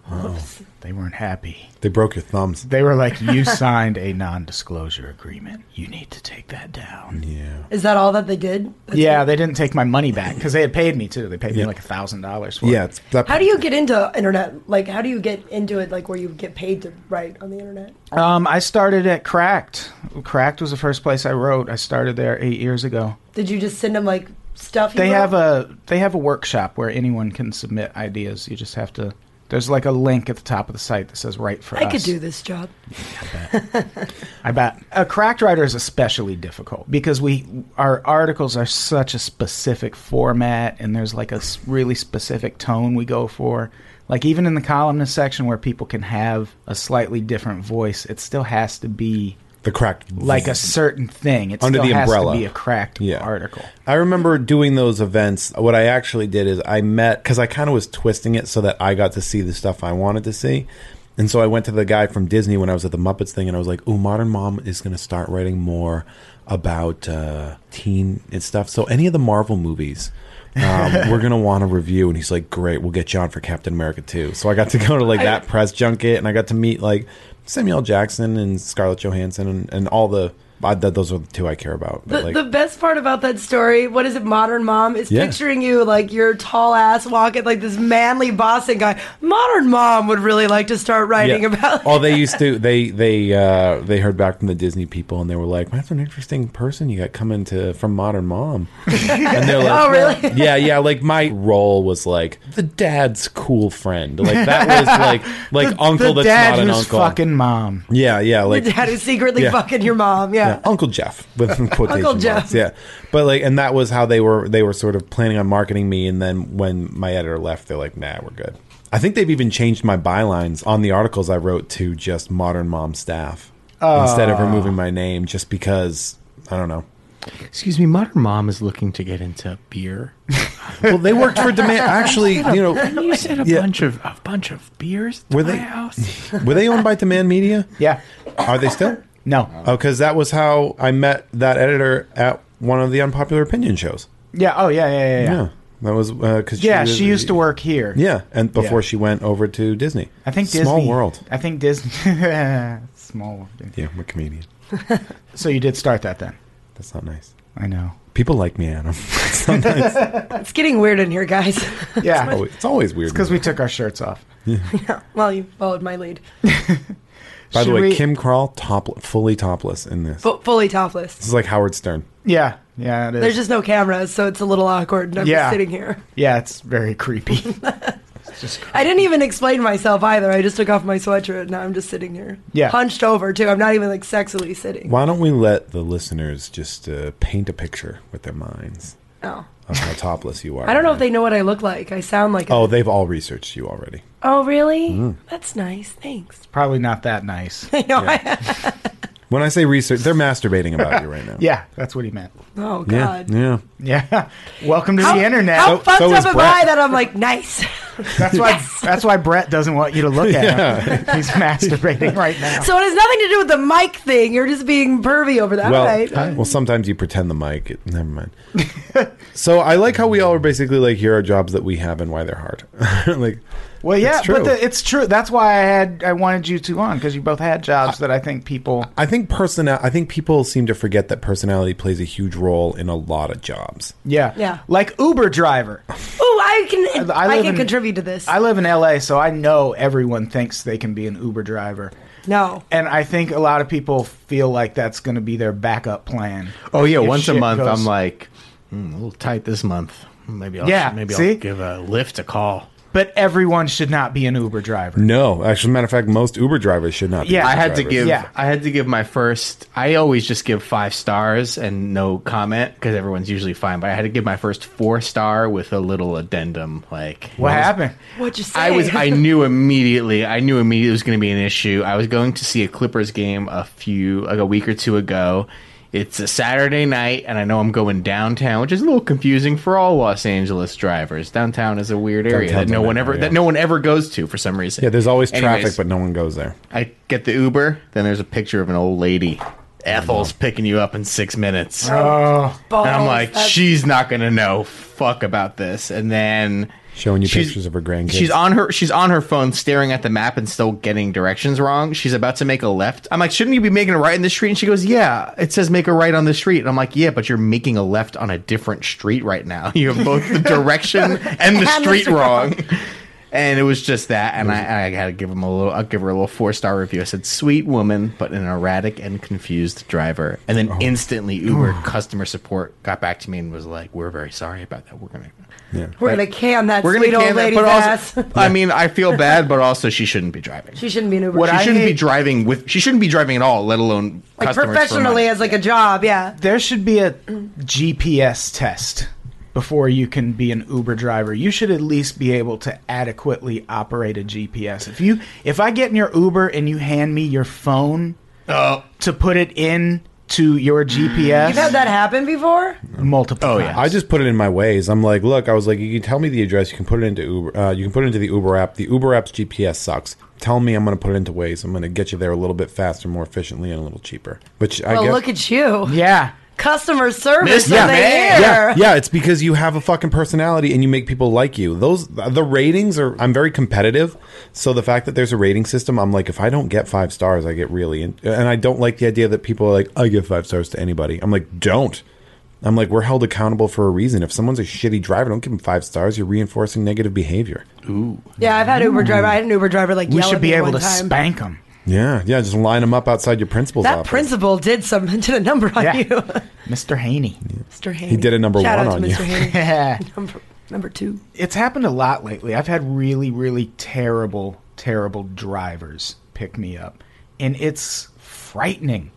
They weren't happy.
They broke your thumbs.
They were like, "You signed a non-disclosure agreement. You need to take that down."
Yeah.
Is that all that they did? That's
Yeah,
it?
they didn't take my money back because they had paid me too. They paid me
Yeah.
like a thousand dollars for
Yeah.
it.
It's that,
How do you get into internet? Like, how do you get into it? Like, where you get paid to write on the internet?
Um, I started at Cracked. Cracked was the first place I wrote. I started there eight years ago.
Did you just send them like stuff? You
They
wrote?
have a they have a workshop where anyone can submit ideas. You just have to. There's like a link at the top of the site that says "Write for
I
Us."
could do this job.
I bet a cracked writer is especially difficult because we our articles are such a specific format, and there's like a s- really specific tone we go for. Like even in the columnist section where people can have a slightly different voice, it still has to be
the cracked.
like a certain thing. It
Under
still
the
has
umbrella.
to be a cracked article.
I remember doing those events. What I actually did is I met because I kind of was twisting it so that I got to see the stuff I wanted to see. And so I went to the guy from Disney when I was at the Muppets thing, and I was like, "Ooh, Modern Mom is going to start writing more about uh, teen and stuff." So any of the Marvel movies, um, we're going to want to review. And he's like, "Great, we'll get you on for Captain America too." So I got to go to like that press junket, and I got to meet like Samuel Jackson and Scarlett Johansson and, and all the. I, that, those are the two I care about.
The,
But, like,
the best part about that story, what is it, Modern Mom, is
Yeah.
picturing you like your tall ass walking like this manly Boston guy. Modern Mom would really like to start writing about.
oh, they used to. They they uh, they heard back from the Disney people, and they were like, "That's an interesting person you got coming to from Modern Mom." and they're like,
Oh, really?
Yeah, yeah. Like my role was like the dad's cool friend. Like that was like like uncle
the
that's
dad
not an
who's
uncle.
fucking mom.
yeah, yeah. Like
Dad who's secretly
Yeah.
fucking your mom.
yeah,
Yeah.
Uncle Jeff with some quotation
Uncle Jeff.
marks. Yeah, but like, and that was how they were they were sort of planning on marketing me. And then when my editor left, they're like, "Nah, we're good." I think they've even changed my bylines on the articles I wrote to just "Modern Mom Staff" instead
Ah.
of removing my name, just because I don't know.
Excuse me, Modern Mom is looking to get into beer.
Well, they worked for demand. Actually, you know,
You said a
Yeah.
bunch of a bunch of beers. To
Were
my
they-
house?
were they owned by Demand Media?
Yeah.
Are they still?
No.
Oh, because that was how I met that editor at one of the unpopular opinion shows.
Yeah. Oh yeah. Yeah. Yeah.
Yeah,
Yeah.
that was because
Yeah, she used to work here.
Yeah, and before
Yeah.
she went over to Disney.
I think Disney.
small world.
I think Disney. small world. dude.
Yeah, I'm a comedian.
So you did start that then.
That's not nice.
I know.
People like me, Adam. it's, not nice.
It's getting weird in here, guys.
Yeah.
always, it's always weird.
Because we took our shirts off.
well, you followed my lead.
By the
should
way,
we-
Kim Crawl top, fully topless in this.
But fully topless.
this is like Howard Stern.
Yeah. Yeah. It is.
There's just no cameras, so it's a little awkward. And I'm
Yeah.
just sitting here.
yeah. It's very creepy.
I didn't even explain myself either. I just took off my sweatshirt and now I'm just sitting here.
Yeah.
Hunched over, too. I'm not even like sexily sitting.
Why don't we let the listeners just uh, paint a picture with their minds
No.
of how topless you are?
I don't know if they know what I look like. I sound like a-
Oh, they've all researched you already.
Oh, really? That's nice. Thanks.
Probably not that nice.
You know, I-
When I say research, they're masturbating about you right now.
Yeah. That's what he meant.
oh,
Yeah.
God.
Yeah.
Yeah. Welcome to
How,
the internet.
how
So-
fucked
so
up
is
am
Brett.
I that I'm like nice?
that's why that's why Brett doesn't want you to look at him. He's masturbating right now.
so it has nothing to do with the mic thing. You're just being pervy over that,
well,
right?
well, sometimes you pretend the mic. It, never mind. so I like how we all are basically like, here are jobs that we have and why they're hard. like,
Well, yeah,
it's true.
but the, it's true. That's why I had I wanted you two on because you both had jobs that I think people.
I think person. I think people seem to forget that personality plays a huge role in a lot of jobs.
Yeah,
Yeah.
Like Uber driver.
Oh, I can
I
I,
live
can
in-
contribute to this.
I live in L.A., so I know everyone thinks they can be an Uber driver.
no.
And I think a lot of people feel like that's going to be their backup plan.
Oh yeah,
If
once a
shit
month
goes-
I'm like "Hmm, a little tight this month. Maybe I'll
Yeah,
maybe
see?
I'll give a lift a call.
But everyone should not be an Uber driver.
No, actually, matter of fact, most Uber drivers should not. Be
Yeah,
Uber
I had to
drivers.
give
Yeah.
I had to give my first I always just give 5 stars and no comment cuz everyone's usually fine, but I had to give my first 4 star with a little addendum like
What happened?
What'd you say?
I was. I knew immediately. I knew immediately it was going to be an issue. I was going to see a Clippers game a few like a week or two ago. It's a Saturday night, and I know I'm going downtown, which is a little confusing for all Los Angeles drivers. Downtown is a weird area
Downtown's
that no
a
one
nightmare,
ever
yeah.
that no one ever goes to for some reason.
Yeah, there's always traffic,
Anyways,
but no one goes there.
I get the Uber. Then there's a picture of an old lady.
Oh,
Ethel's picking you up in six minutes.
Balls.
And I'm like,
That's-
she's not gonna know fuck about this. And then
Showing you
she's-
pictures of her grandkids.
She's on her she's on her phone staring at the map and still getting directions wrong. She's about to make a left. I'm like, shouldn't you be making a right in the street? And she goes, Yeah, it says make a right on the street. And I'm like, Yeah, but you're making a left on a different street right now. You have both the direction and the
And the
street
street
wrong. And it was just that, and I, I had to give him a little. I'll give her a little four star review. I said, "Sweet woman, but an erratic and confused driver." And then instantly, Uber customer support got back to me and was like, "We're very sorry about that. We're gonna
we're gonna can that
we're gonna
sweet
can
old
that,
lady's
but
ass.
also, I mean, I feel bad, but also she shouldn't be driving.
she
She,
shouldn't be an Uber.
What I-
shouldn't be
hate-
driving with. She shouldn't be driving at all, let alone
like
customers for
professionally
money.
as like a job, yeah.
There should be a GPS test before you can be an Uber driver. You should at least be able to adequately operate a GPS. If you if I get in your Uber and you hand me your phone to put it in to your GPS
You've had that happen before?
multiple
Oh,
times.
yeah.
I just put it in my ways. I'm like, look, I was like, you can tell me the address. You can put it into Uber. Uh, you can put it into the Uber app. The Uber app's GPS sucks. Tell me, I'm going to put it into Waze. I'm going to get you there a little bit faster, more efficiently, and a little cheaper. Which I
Well,
guess.
look at you.
yeah.
Customer service
Mister
of the
Man.
year.
yeah, yeah, it's because you have a fucking personality and you make people like you. Those the ratings are. I'm very competitive, so the fact that there's a rating system, I'm like, if I don't get five stars, I get really. In- and I don't like the idea that people are like, I give five stars to anybody. I'm like, don't. I'm like, we're held accountable for a reason. If someone's a shitty driver, don't give them five stars. You're reinforcing negative behavior.
Yeah, I've had Uber driver. I had an Uber driver like
We
yell
should
at
be
me
able
one
to
time.
spank them.
Yeah, yeah. Just line them up outside your principal's
That
office.
principal did some did a number on
Yeah.
you,
Mr. Haney.
Mr. Haney.
did a number
Shout
one
out
on
to
you.
Mr. Haney.
Yeah.
number, number two.
it's happened a lot lately. I've had really, really terrible, terrible drivers pick me up, and it's frightening.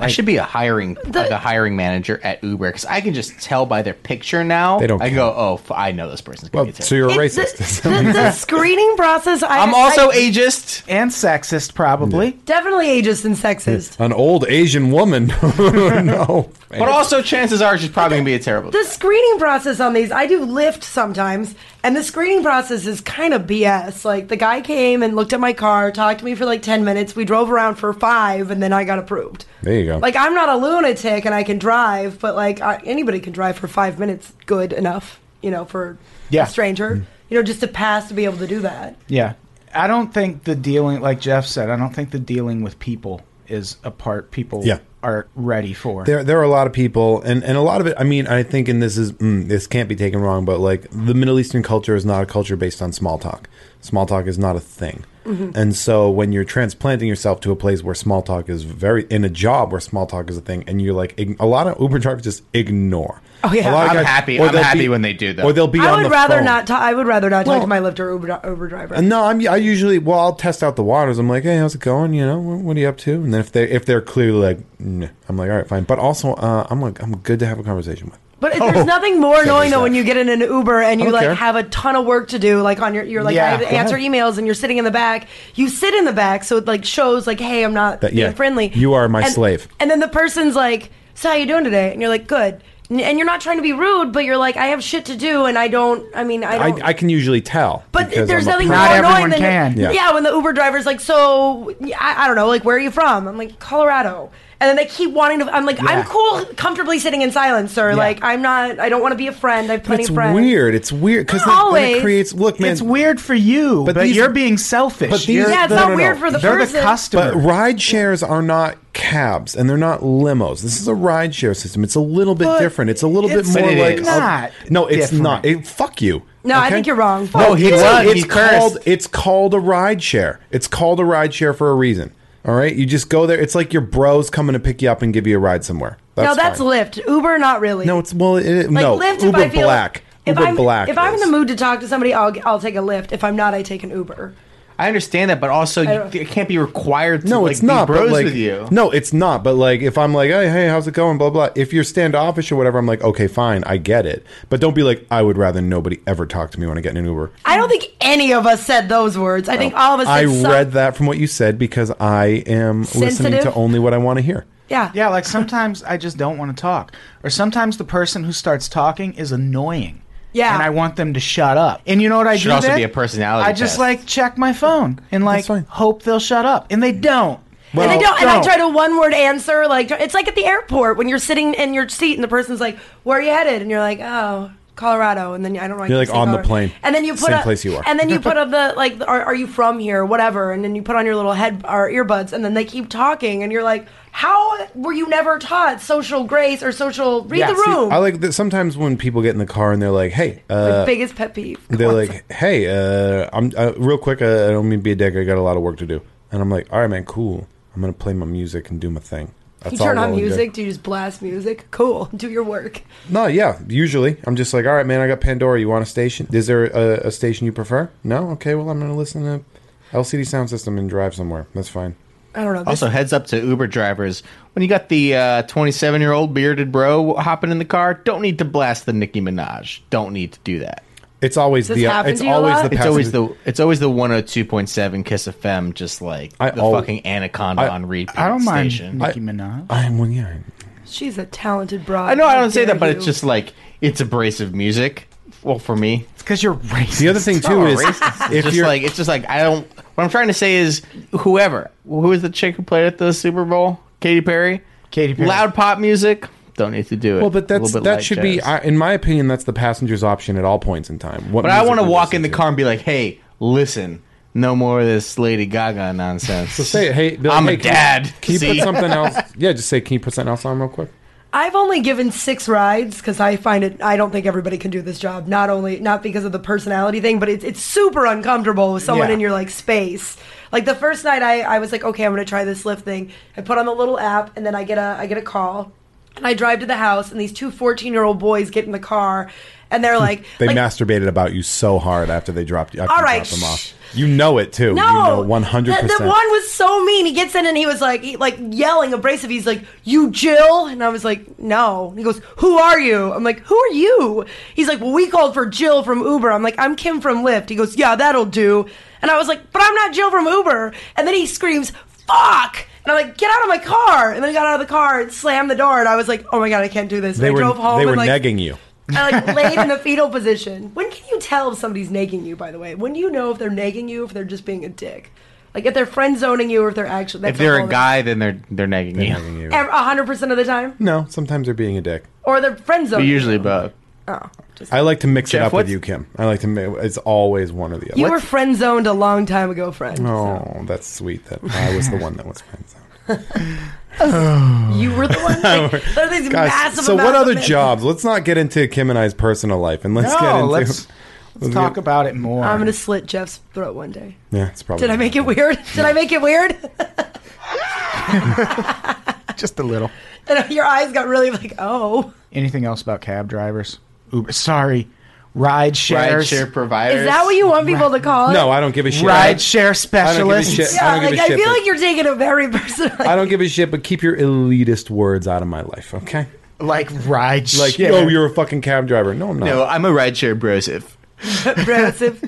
I should be a hiring like a hiring manager at Uber because I can just tell by their picture now.
They don't
I
care.
go, oh, f- I know this person's
Well,
gonna be terrible.
so you're a
It's the-
racist.
The, the screening process. I,
I'm also
I-
ageist.
And sexist, probably.
definitely ageist and sexist.
An old Asian woman. no.
But also, chances are she's probably gonna be a terrible.
The screening process on these, I do lift sometimes, and the screening process is kind of BS. Like the guy came and looked at my car, talked to me for like ten minutes. We drove around for five, and then I got approved.
There you go.
Like I'm not a lunatic and I can drive, but like I, anybody can drive for five minutes, good enough, you know, for
Yeah.
a stranger,
Mm-hmm.
you know, just to pass to be able to do that.
Yeah. I don't think the dealing, like Jeff said, I don't think the dealing with people is a part people
Yeah.
are ready for.
There, there are a lot of people, and, and a lot of it. I mean, I think, and this is mm, this can't be taken wrong, but like the Middle Eastern culture is not a culture based on small talk. Small talk is not a thing,
Mm-hmm.
and so when you're transplanting yourself to a place where small talk is very in a job where small talk is a thing, and you're like ign- a lot of Uber drivers just ignore.
Oh, yeah.
a lot of
I'm happy-
or
I'm
they'll
happy when they do that.
or they'll be.
I
on
would
the
rather
phone.
not. Ta- I would rather not talk
Well-
to my Lyft or Uber, Uber driver.
And No, I'm. I usually well, I'll test out the waters. I'm like, hey, how's it going? You know, what, what are you up to? And then if they if they're clearly like, "Nah," I'm like, all right, fine. But also, uh, I'm like, I'm good to have a conversation with.
But if there's nothing more annoying though when you get in an Uber and you
don't
like
care.
have a ton of work to do, like on your you're like
Yeah,
I have to
go
answer
ahead.
emails and you're sitting in the back. You sit in the back, so it like shows like, hey, I'm not
That-
being
yeah.
friendly.
You are my
And-
slave.
And then the person's like, so how you doing today? And you're like, good. N- And you're not trying to be rude, but you're like, I have shit to do, and I don't. I mean, I
I,
don't.
I can usually tell.
but
because
there's
I'm a
nothing
pro-
more
Not everyone
annoying than
can.
Yeah.
Yeah.
when the Uber driver's like, so I, I don't know, like, where are you from? I'm like, Colorado, and then they keep wanting to. I'm like,
Yeah.
I'm cool, comfortably sitting in silence, sir. Like, I'm not. I don't want to be a friend. I have plenty
It's
of friends.
weird. It's weird because
Not
it
always.
creates. Look, man,
It's weird for you, but,
But these-
you're being selfish.
but these-
You're-
Yeah, it's
No,
not
no, no.
weird for the
they're
person.
the customer.
But ride shares are not cabs and they're not limos. This is a ride share system. It's a little bit
But
different. It's a little bit
it's-
more
But it
like
is
a-
not
no, it's
different.
not. It, fuck you.
No, I think you're wrong.
No,
Fuck
he
you.
was.
Oh, He
It's
cursed.
called. It's called a ride share. It's called a ride share for a reason. All right, you just go there. It's like your bros coming to pick you up and give you a ride somewhere. That's
no, that's
fine.
Lyft. Uber, not really.
no. It's well. It,
like
no,
Lyft.
Uber
if I feel
Black.
if
Uber
I'm,
Black.
if I'm in
is.
the mood to talk to somebody, I'll I'll take a Lyft. If I'm not, I take an Uber.
I understand that, but also you,
don't-
it can't be required to
No,
like,
it's not.
be
But
bros
like,
with you.
no, it's not. But like, if I'm like, hey, hey, how's it going? Blah blah. If you're standoffish or whatever, I'm like, okay, fine, I get it. But don't be like, I would rather nobody ever talk to me when I get in an Uber.
I don't think any of us said those words. I think all of us.
Oh. I
said some-
read that from what you said because I am listening to
Sensitive?
only what I want to hear.
Yeah.
yeah, like sometimes I just don't want to talk, or sometimes the person who starts talking is annoying.
Yeah.
and I want them to shut up. And you know what I
Should
do?
also
then?
be a personality
I just
test.
like check my phone and like
fine.
hope they'll shut up, and they don't.
and I
Well,
don't, and I try to one word answer. Like it's like at the airport when you're sitting in your seat and the person's like, "Where are you headed?" And you're like, "Oh, Colorado." And then I don't know. I
You're like,
keep saying
on the
Colorado.
plane.
And then you put
Same
up,
place you are.
And then you put up the like, are, "Are you from here?" Whatever. And then you put on your little head or earbuds, and then they keep talking, and you're like, "How were you never taught social grace or social read
Yeah,
the
see,
room?"
I like that sometimes when people get in the car and they're like, hey,
My
uh,
biggest pet peeve.
they're
Come on,
like, "Hey, uh, I'm uh, real quick. Uh, I don't mean to be a dick. I got a lot of work to do." And I'm like, "All right, man, cool. I'm gonna play my music and do my thing." That's
You turn
all
on
I'll do."
music? Do you just blast music? Cool. Do your work.
No, yeah. Usually, I'm just like, "All right, man, I got Pandora. You want a station? Is there a, a station you prefer?" No. Okay. Well, I'm gonna listen to LCD sound system and drive somewhere. That's fine.
I don't know. This-
Also, heads up to Uber drivers. When you got the 27 year old bearded bro hopping in the car, don't need to blast the Nicki Minaj. Don't need to do that.
It's always
Does
the.
this happen
It's
to you a
always
lot?
the.
It's
passenger-
always the it's always the 102.7 Kiss FM, just like
I
the
al-
fucking anaconda
I-
on repeat
I don't mind
station.
Nicki Minaj.
I'm well, yeah.
She's a talented broad.
I know I
How
don't say
dare
that, but it's
you.
just like it's abrasive music. Well, for me,
It's because you're racist. Oh,
The other thing too is
it's
if
just
you're
like it's just like I don't. What I'm trying to say is, whoever who is the chick who played at the Super Bowl, Katy Perry,
Katy Perry.
loud pop music. Don't need to do it.
well, but
A
that's
little bit
that
light
should be,
jazz.
I, in my opinion, that's the passenger's option at all points in time. What
but I
music
want to
we
walk
listen
in the
to.
car and be like, "Hey, listen, no more of this Lady Gaga nonsense."
So say, hey, be like,
I'm
hey,
a
can you-
dad.
Can you
See?
put something else? Yeah, just say, can you put something else on real quick?
I've only given six rides because I find it. I don't think everybody can do this job. Not only not because of the personality thing, but it's it's super uncomfortable with someone
Yeah.
in your like space. Like the first night, I I was like, okay, I'm gonna try this lift thing. I put on the little app, and then I get a I get a call, and I drive to the house, and these two 14 year old boys get in the car, and they're like,
They
like,
masturbated about you so hard after they dropped you. After
All
you
right,
dropped them
shh.
off. You know it too.
No,
you know one hundred
The, the
percent.
one was so mean. He gets in and he was like, he, like yelling abrasive. He's like, "You Jill," and I was like, "No." He goes, "Who are you?" I'm like, "Who are you?" He's like, "Well, we called for Jill from Uber." I'm like, "I'm Kim from Lyft." He goes, "Yeah, that'll do." And I was like, "But I'm not Jill from Uber." And then he screams, "Fuck!" And I'm like, "Get out of my car!" And then he got out of the car and slammed the door. And I was like, "Oh my god, I can't do this." And
They
I
were
drove home.
they were
and like,
negging you.
I like laid in the fetal position. When can you tell if somebody's nagging you? By the way, when do you know if they're nagging you, if they're just being a dick, like if they're friend zoning you, or if they're actually
if they're a guy, then they're they're nagging you.
Negging you.
hundred percent of the time,
No, sometimes they're being a dick.
or they're friend
But
zoning.
usually, but
oh, just,
I like to mix
Jeff,
it up with
what's-
you, Kim. I like to. mi- It's always one or the other.
you were friend zoned a long time ago, friend. so.
Oh, that's sweet. That I was the one that was friends.
you were the one. Like, there are these
Guys,
massive.
so what
amounts of
other
men-
jobs? Let's not get into Kim and I's personal life, and let's
no,
get into.
let's, let's talk
get-
about it more.
I'm gonna slit Jeff's throat one day.
yeah, it's probably.
Did I make it weird? Did I make it weird?
just a little.
and your eyes got really like, oh,
Anything else about cab drivers? Uber, sorry, ride
ride
shares,
share providers.
is that what you want people to call it?
No, I don't give a shit.
ride share
I don't give a
specialists.
shit.
Yeah,
I don't give
like
a
I
shit,
feel
but-
like you're taking it very personally.
I don't give a shit, but keep your elitist words out of my life, okay?
Like ride
Like,
share.
oh, you're a fucking cab driver. No, I'm not.
No, I'm a rideshare brosive.
Impressive.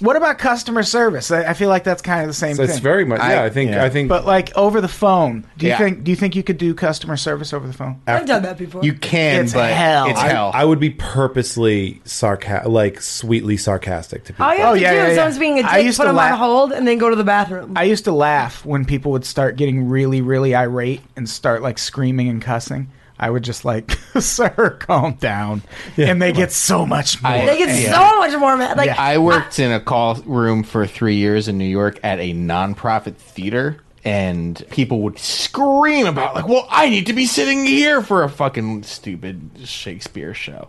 What about customer service? I, I feel like that's kind of the same
So
thing.
it's very much. Yeah,
I-
I, think.
yeah.
I think.
but like over the phone, do you
Yeah.
think do you think you could do customer service over the phone?
Uh,
I've done that before.
You can,
It's
but
hell.
it's
I-
hell.
I would be purposely sarcastic, like sweetly sarcastic to people.
All you have
Oh,
to
yeah,
do
yeah,
is
yeah.
I was being a
I
dick,
used
put
to
them
laugh-
on hold, and then go to the bathroom.
I used to laugh when people would start getting really, really irate and start like screaming and cussing. I would just like, sir, calm down. and they get so much more.
I-
they get
Yeah.
so much more mad. Like
I worked in a call room for three years in New York at a nonprofit theater, and people would scream about like, "Well, I need to be sitting here for a fucking stupid Shakespeare show."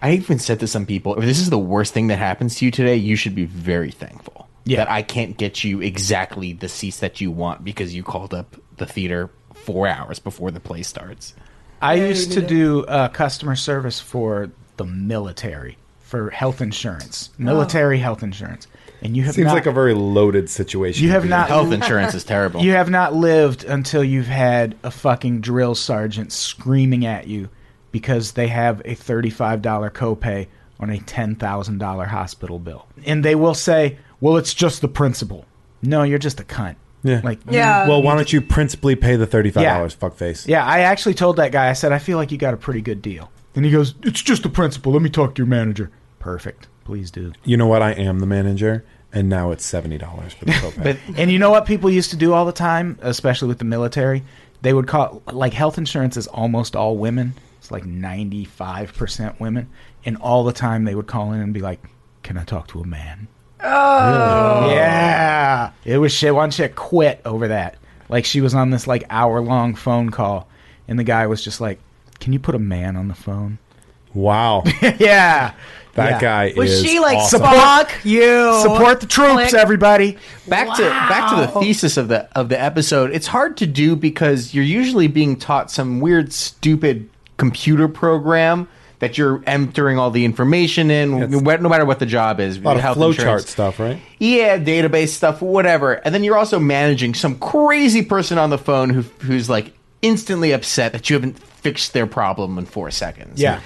I even said to some people, "If this is the worst thing that happens to you today, you should be very thankful
Yeah.
that I can't get you exactly the seats that you want because you called up the theater four hours before the play starts."
I used
you
to
did.
do uh, customer service for the military for health insurance,
Oh.
military health insurance, and you have
Seems
not,
like a very loaded situation.
you
to
have
be
not
Health insurance is terrible.
you have not lived until you've had a fucking drill sergeant screaming at you because they have a thirty-five dollar copay on a ten thousand dollar hospital bill, and they will say, "Well, it's just the principal." No, you're just a cunt.
Yeah.
like
Yeah.
in. Well, why don't you principally pay the thirty-five dollars? Fuckface.
Yeah, I actually told that guy, I said, I feel like you got a pretty good deal. And he goes, It's just the principal. Let me talk to your manager. Perfect. Please do.
You know what? I am the manager, and now it's seventy dollars for the copay.
And you know what people used to do all the time, especially with the military? They would call, like, health insurance is almost all women. It's like 95% women. And all the time they would call in and be like, Can I talk to a man? Oh. Yeah. It was shit. One chick quit over that. Like, she was on this, like, hour long phone call. And the guy was just like, Can you put a man on the phone?
wow, that
Yeah. Yeah.
guy
was
is.
she like
awesome.
Spock? You
Support the troops,
Click.
everybody.
back to back to the thesis of the of the episode. It's hard to do because you're usually being taught some weird, stupid computer program that you're entering all the information in. wh- no matter what the job is,
a lot of flowchart stuff, right?
yeah, database stuff, whatever. And then you're also managing some crazy person on the phone who who's like instantly upset that you haven't fixed their problem in four seconds.
Yeah.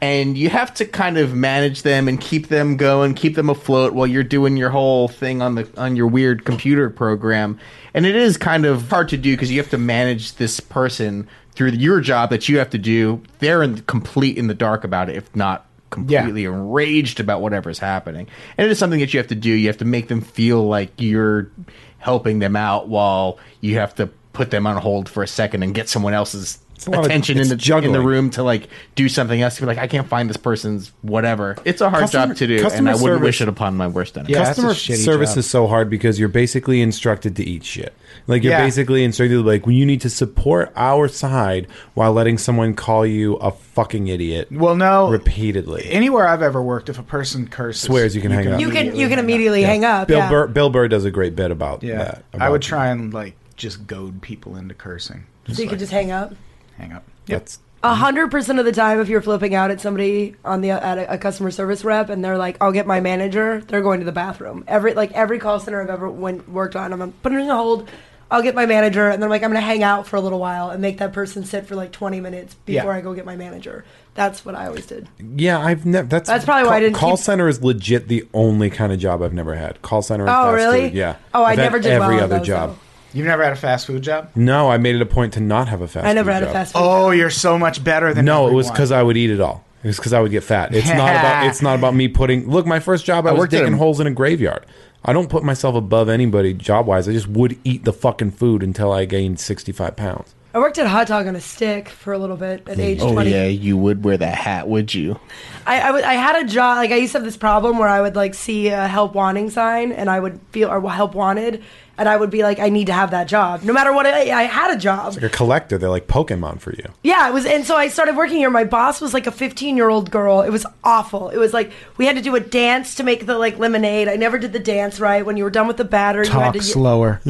And you have to kind of manage them and keep them going, keep them afloat while you're doing your whole thing on the on your weird computer program. And it is kind of hard to do because you have to manage this person through your job that you have to do. They're in complete in the dark about it, if not completely enraged about whatever's happening. And it is something that you have to do. You have to make them feel like you're helping them out while you have to put them on hold for a second and get someone else's
a lot of-
attention in
it's
the
juggling.
in the room to like do something else to be like I can't find this person's whatever. It's a hard
Customer-
job to do and
customer
I wouldn't wish
service-
it upon my worst enemy.
Yeah, that's a
customer
shitty
service
job.
is so hard because you're basically instructed to eat shit. Like you're
Yeah.
basically instructed like you need to support our side while letting someone call you a fucking idiot.
Well, no.
repeatedly.
Anywhere I've ever worked, if a person curses,
Swears you can hang up.
You can you can immediately hang up.
Bill
yeah.
Burr, Bill Burr does a great bit about
Yeah,
that.
I
about-
would try and like just goad people into cursing.
So you
like,
could just hang up.
hang up.
That's
A hundred percent of the time, if you're flipping out at somebody on the at a, a customer service rep, and they're like, "I'll get my manager," they're going to the bathroom. Every like every call center I've ever went, worked on, I'm putting in a hold. I'll get my manager, and then I'm like, I'm gonna hang out for a little while and make that person sit for like 20 minutes
Yeah.
before I go get my manager. That's what I always did.
yeah. I've never. That's
That's probably why I
call-
didn't
Call
keep-
center is legit the only kind of job I've never had. Call center. And
Oh,
fast
really?
food, yeah.
Oh, I
I've had
never did well
every
on
other
those,
job.
though.
You've never had a fast food job?
No, I made it a point to not have a fast.
I never
food
had a
job.
fast food.
Oh, you're so much better than.
No, it was
everyone.
because I would eat it all. It was because I would get fat. It's not about. It's not about me putting. Look, my first job, I, was
worked at
digging
a-
holes in a graveyard. I don't put myself above anybody job wise. I just would eat the fucking food until I gained sixty five pounds.
I worked at Hot Dog on a Stick for a little bit at
Oh,
age 20.
you would wear that hat, would you?
I, I, w- I had a job like I used to have this problem where I would like see a help wanting sign and I would feel or help wanted and I would be like I need to have that job no matter what I, I had a job
You're a collector. They're like Pokemon for you.
yeah it was and so I started working here my boss was like a 15 year old girl it was awful it was like we had to do a dance to make the like lemonade I never did the dance right when you were done with the batter you had
talk
to
slower.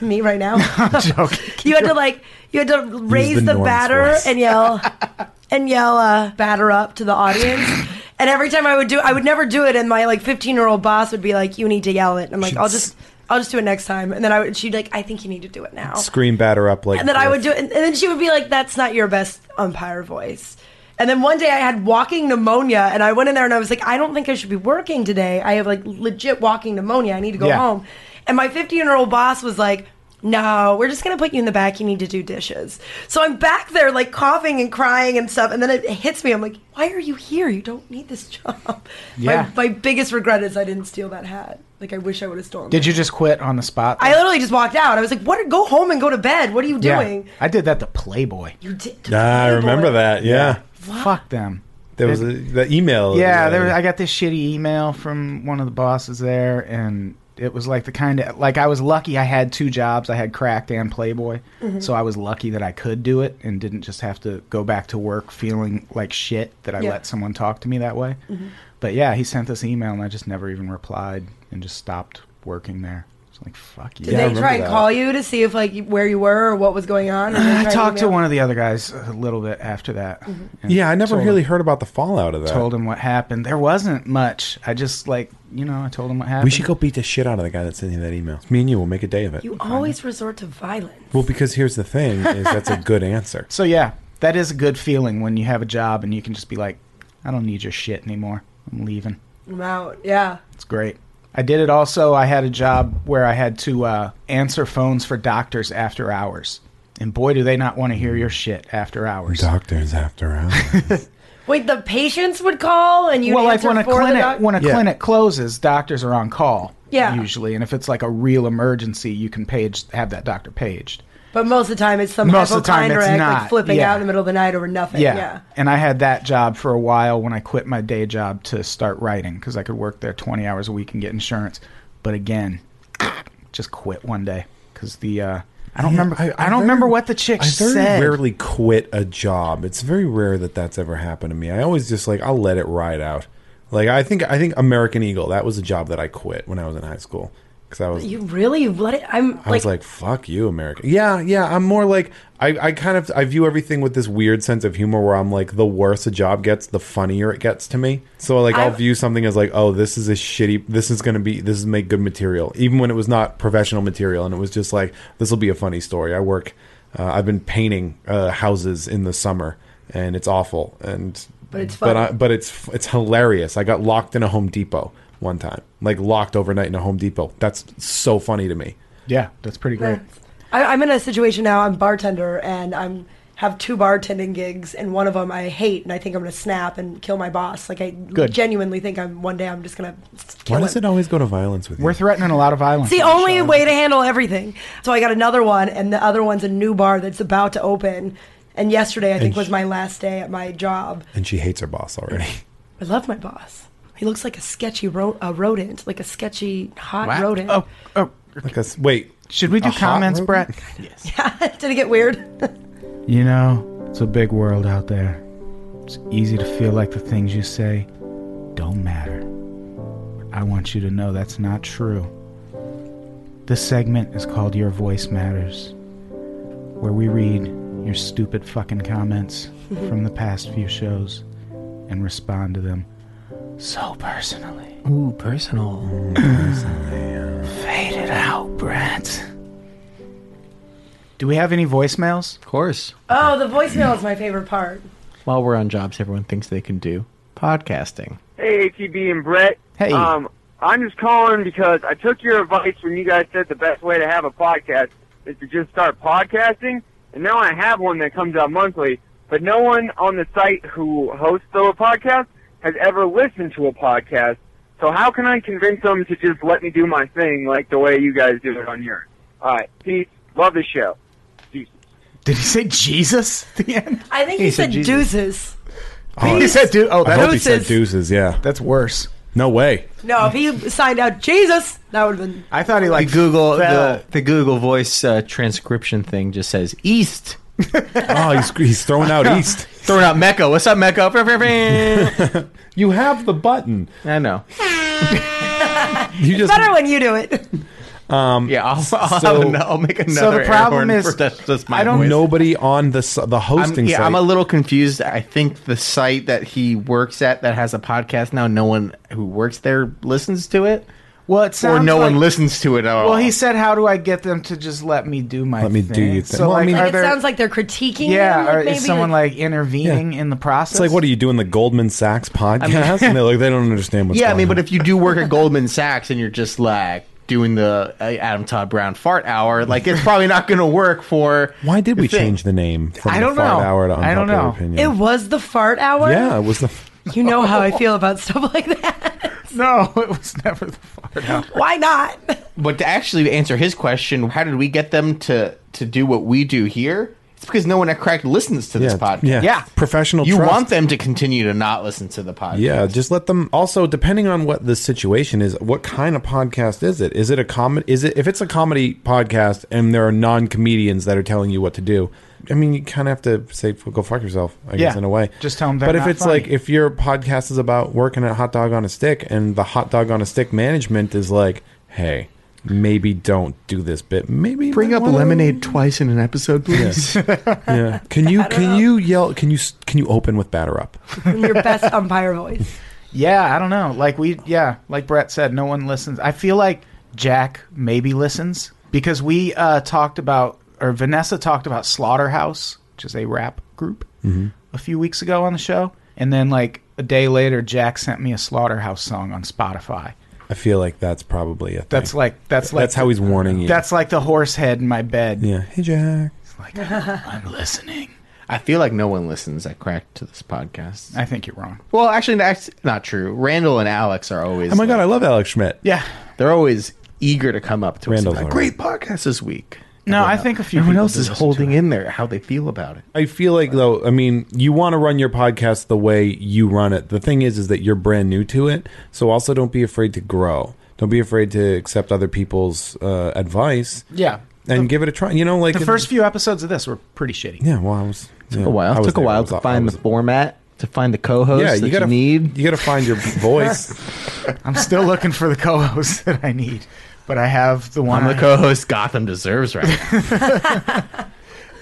me right now you had to like you had to raise
the
the,
Norm's
batter
voice.
and yell and yell uh, batter up to the audience and every time i would do i would never do it and my like 15 year old boss would be like you need to yell it and i'm like i'll just i'll just do it next time and then i would she'd be like i think you need to do it now
Scream batter up like.
and then i would do it and, and then she would be like that's not your best umpire voice And then one day I had walking pneumonia, and I went in there and I was like, I don't think I should be working today. I have like legit walking pneumonia. I need to go
Yeah.
home. And my 50 year old boss was like, No, we're just going to put you in the back. You need to do dishes. So I'm back there like coughing and crying and stuff. And then it hits me. I'm like, Why are you here? You don't need this job.
Yeah.
My, my biggest regret is I didn't steal that hat. Like, I wish I would have stolen
Did you just quit on the spot?
I literally just walked out. I was like, "What? Go home and go to bed. What are you
Yeah.
doing?"
I did that to Playboy.
You did.
Ah,
to
I
Playboy.
remember that. Yeah.
Fuck them.
There was a, the email.
Yeah, there,
was
I got this shitty email from one of the bosses there, and it was like the kind of like I was lucky I had two jobs. I had Cracked and Playboy,
Mm-hmm.
so I was lucky that I could do it and didn't just have to go back to work feeling like shit that I
Yeah. Mm-hmm.
let someone talk to me that way. But yeah, he sent this email, and I just never even replied and just stopped working there. It's like fuck you.
Did
Yeah, I
they
remember
try and
that.
call you to see if like you- where you were or what was going on? Or they
I
tried
talked to
email- Mm-hmm.
one of the other guys a little bit after that. and
yeah, I never
told him-
really heard about the fallout of that.
told him what happened. There wasn't much. I just like you know I told him what happened.
we should go beat the shit out of the guy that sent you that email. Me and you will make a day of it.
You always resort to violence.
well, because here's the thing: is that's a good answer.
So yeah, that is a good feeling when you have a job and you can just be like, I don't need your shit anymore. I'm leaving.
I'm out. Yeah.
It's great. I did it also. I had a job where I had to uh, answer phones for doctors after hours. And boy, do they not want to hear your shit after hours.
Doctors after hours.
Wait, the patients would call and you.
well, like when a
for
clinic
The doc-
when a
Yeah.
clinic closes, doctors are on call.
Yeah.
usually. And if it's like a real emergency, you can page have that doctor paged.
but most of the time it's some
Most of the time
hypochondriac
it's
like
not.
flipping
Yeah.
out in the middle of the night over nothing.
Yeah.
Yeah.
And I had that job for a while when I quit my day job to start writing because I could work there 20 hours a week and get insurance. But again, just quit one day because the, uh, I don't remember. I, don't
very-
remember what the chick
I very
said.
rarely quit a job. It's very rare that that's ever happened to me. I always just like I'll let it ride out. Like I think I think American Eagle that was a job that I quit when I was in high school because I was
You really you let it. I'm
I was like, "Fuck you, America." Yeah, yeah. I'm more like I, I kind of I view everything with this weird sense of humor where I'm like, the worse a job gets, the funnier it gets to me. So like, i will
I-
view something as like, "Oh, this is a shitty. This is gonna be. This is make good material," even when it was not professional material, and it was just like, "This will be a funny story." I work. Uh, I've been painting uh, houses in the summer, and it's awful. And
But it's
But,
funny.
I, but it's it's hilarious. I got locked in a Home Depot one time, like locked overnight in a Home Depot. That's so funny to me.
yeah, that's pretty great.
I, I'm in a situation now. I'm bartender and I'm have two bartending gigs, and one of them I hate, and I think I'm gonna snap and kill my boss. Like I
Good.
genuinely think I'm one day I'm just gonna. Kill
Why does
him.
it always go to violence with you?
We're threatening a lot of violence.
It's the
on this
only
show.
way to handle everything. So I got another one, and the other one's a new bar that's about to open. And yesterday, I think,
sh-
was my last day at my job.
and she hates her boss already.
I love my boss. He looks like a sketchy ro- a rodent, like a sketchy hot
Wow.
rodent.
Oh, oh,
like us, wait,
should we do
A hot
comments,
room?
Brett?
Did it get weird?
You know, it's a big world out there. It's easy to feel like the things you say don't matter. But I want you to know that's not true. This segment is called Your Voice Matters, where we read your stupid fucking comments from the past few shows and respond to them so personally.
Ooh, personal.
Fade it out, Brett. Do we have any voicemails?
Of course.
Oh, the voicemail is my favorite part.
While we're on jobs, everyone thinks they can do podcasting.
Hey, ATB and Brett.
Hey.
Um, I'm just calling because I took your advice when you guys said the best way to have a podcast is to just start podcasting, and now I have one that comes out monthly, but no one on the site who hosts the podcast has ever listened to a podcast. So how can I convince them to just let me do my thing like the way you guys do it on yours? All right, peace. Love the show. Deuces.
Did he say Jesus at the end?
I think he,
said
said,
Jesus.
deuces.
He said, "Dude, oh,
I
that,
hope he said deuces. Yeah,
that's worse."
no way.
No, if he signed out Jesus, that would have been.
I thought he
The
like
Google
fell.
the, the Google Voice uh, transcription thing just says East.
Oh, he's, he's throwing out east.
Throwing out Mecca. What's up, Mecca?
You have the button.
I know.
You just
Better when you do it.
Yeah, I'll, I'll, have
So-
an- I'll make another.
so the
air
problem
horn
is,
for- that's just my
I don't
voice.
nobody on the s- the
I'm,
hosting
yeah,
site.
I'm a little confused. I think the site that he works at that has a podcast now, no one who works there listens to it.
Well, it sounds
or no
like-
one listens to it at all.
Well, he said, "How do I get them to just let me do my
Let me do
thing?"
your thing.
So,
Well, I
like,
mean-
are
Like it
there-
sounds like they're critiquing.
yeah,
him, like
or
maybe,
is someone like intervening in the process?
It's like, what are you doing? The Goldman Sachs podcast? and they're like, they don't understand what's
yeah, I
going
mean, but
on.
if you do work at Goldman Sachs and you're just like doing the uh, Adam Todd Brown fart hour, like it's probably not going to work for.
Why did
the
we
thing.
change the name from
I don't
the Fart
know.
Hour to
I don't
Unpopular
know.
Opinion?
it was the fart hour.
yeah, it was the.
you know how I feel about stuff like that.
No, it was never the fart hour.
Why not?
But to actually answer his question, how did we get them to to do what we do here? It's because no one at Cracked listens to this
Yeah,
podcast.
yeah.
Yeah.
Professional
You
trust.
want them to continue to not listen to the podcast.
Yeah, just let them. Also, depending on what the situation is, what kind of podcast is it? Is it a comedy? Is it if it's a comedy podcast and there are non comedians that are telling you what to do? I mean, you kind of have to say go fuck yourself. I guess
Yeah.
in a way,
Just tell 'em they're
But if
not
it's
funny.
like if your podcast is about working at hot dog on a stick and the hot dog on a stick management is like, hey, maybe don't do this bit. Maybe you might wanna-
twice in an episode, please.
Yeah. Can you can you yell? Can you s- can you open with batter up?
In your best umpire voice.
Yeah, I don't know. Like we, yeah, like Brett said, no one listens. I feel like Jack maybe listens because we uh, talked about, or Vanessa talked about Slaughterhouse, which is a rap group, a few weeks ago on the show, and then like a day later, Jack sent me a Slaughterhouse song on Spotify.
I feel like that's probably a thing.
That's like that's like
that's how he's warning you.
that's like the horse head in my bed.
Yeah. Hey, Jack.
Like I'm listening.
I feel like no one listens at Cracked to this podcast.
I think you're wrong.
Well, actually, that's not true. Randall and Alex are always.
Oh my God, I
like-
love Alex Schmidt.
Yeah.
they're always eager to come up to
Randall's
us. and be Like,
alright.
Great podcast this week.
No,
Everyone
I
else-
think a few
Everyone
people
else
do
is
listen
holding in there how they feel about it.
I feel like though, I mean, you want to run your podcast the way you run it. The thing is, is that you're brand new to it, so also don't be afraid to grow. Don't be afraid to accept other people's uh, advice.
Yeah.
and give it a try. You know, like
The first few episodes of this were pretty shitty.
Yeah, well, I was.
Took a while. Took a while to find the format, to find the co-host
Yeah,
that
you
you,
gotta
need.
You gotta find your voice.
I'm still looking for the co-host that I need, but I have the one.
I'm the
I-
co-host Gotham deserves right now.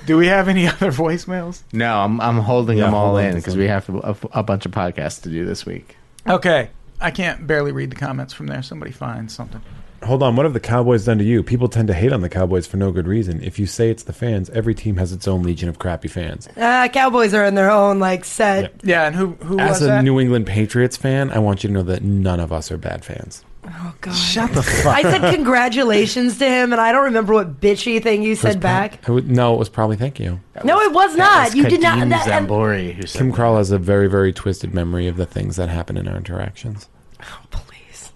Do we have any other voicemails?
no, I'm I'm holding
Yeah,
them all
hold on
in
to
because
some.
we have to, a, a bunch of podcasts to do this week.
Okay, I can't barely read the comments from there. Somebody find something.
Hold on. What have the Cowboys done to you? People tend to hate on the Cowboys for no good reason. If you say it's the fans, every team has its own legion of crappy fans.
Uh, Cowboys are in their own like set.
Yeah, and who who
As
was
a
that?
New England Patriots fan, I want you to know that none of us are bad fans.
Oh god.
Shut the fuck.
I said congratulations to him, and I don't remember what bitchy thing you said back.
I would, no, it was probably thank you.
No, it was not. You did not. That, and-
Zambori, who said
Kim Crawl has a very, very twisted memory of the things that happen in our interactions.
please.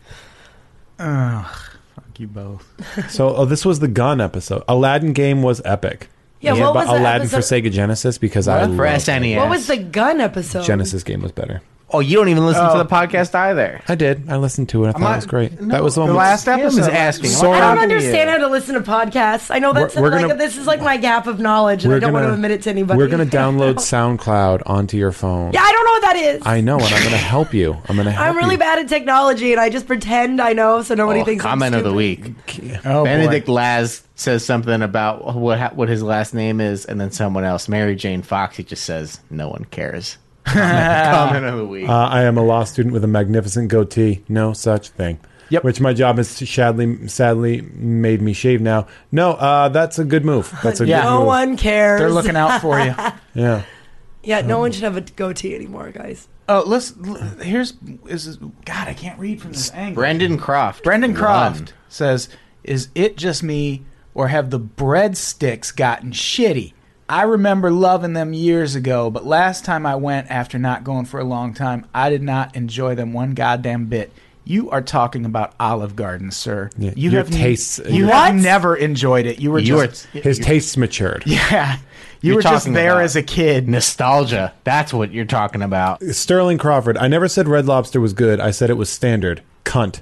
Ugh, fuck you both.
So, oh, this was the gun episode. Aladdin game was epic.
Yeah, what was the
Aladdin for
episode-
Sega Genesis because I
for
love that.
SNES.
What was the gun episode?
Genesis game was better.
Oh, you don't even listen
Oh.
to the podcast either.
I did. I listened to it. I thought
not-
it was great. that was the, one
the
with-
last
Kim is
episode
asking.
I
Soren-
don't understand how to listen to podcasts. I know that's
We're- we're
like
gonna-
this is like my gap of knowledge, and I don't want to admit it to anybody.
We're gonna download SoundCloud onto your phone.
yeah, I don't know what that is.
I know, and I'm gonna help you. I'm gonna help
I'm really
you.
bad at technology, and I just pretend I know, so nobody
Oh,
thinks. I'm
comment of the
stupid.
week.
Oh, boy.
Benedict Laz says something about what ha- what his last name is, and then someone else, Mary Jane Fox, he just says, "No one cares." Comment of the week.
Uh, I am a law student with a magnificent goatee. No such thing.
Yep.
Which my job has sadly, sadly made me shave now. No, uh, that's a good move. That's a
Yeah.
good
No
move.
one cares.
They're looking out for you.
Yeah.
Yeah, no one should have a goatee anymore, guys.
Oh, let's. l- Here's is God. I can't read from this angle.
Brendan Croft.
Brendan
One.
Croft says, "Is it just me, or have the breadsticks gotten shitty? I remember loving them years ago, but last time I went, after not going for a long time, I did not enjoy them one goddamn bit." You are talking about Olive Garden, sir.
Yeah,
you
your
have n-
tastes-
You
What?
have never enjoyed it. You were
You
just
are
His tastes matured.
yeah. You
You're
were just
talking
there
about-
as a kid.
nostalgia. That's what you're talking about.
Sterling Crawford. I never said Red Lobster was good. I said it was standard. Cunt.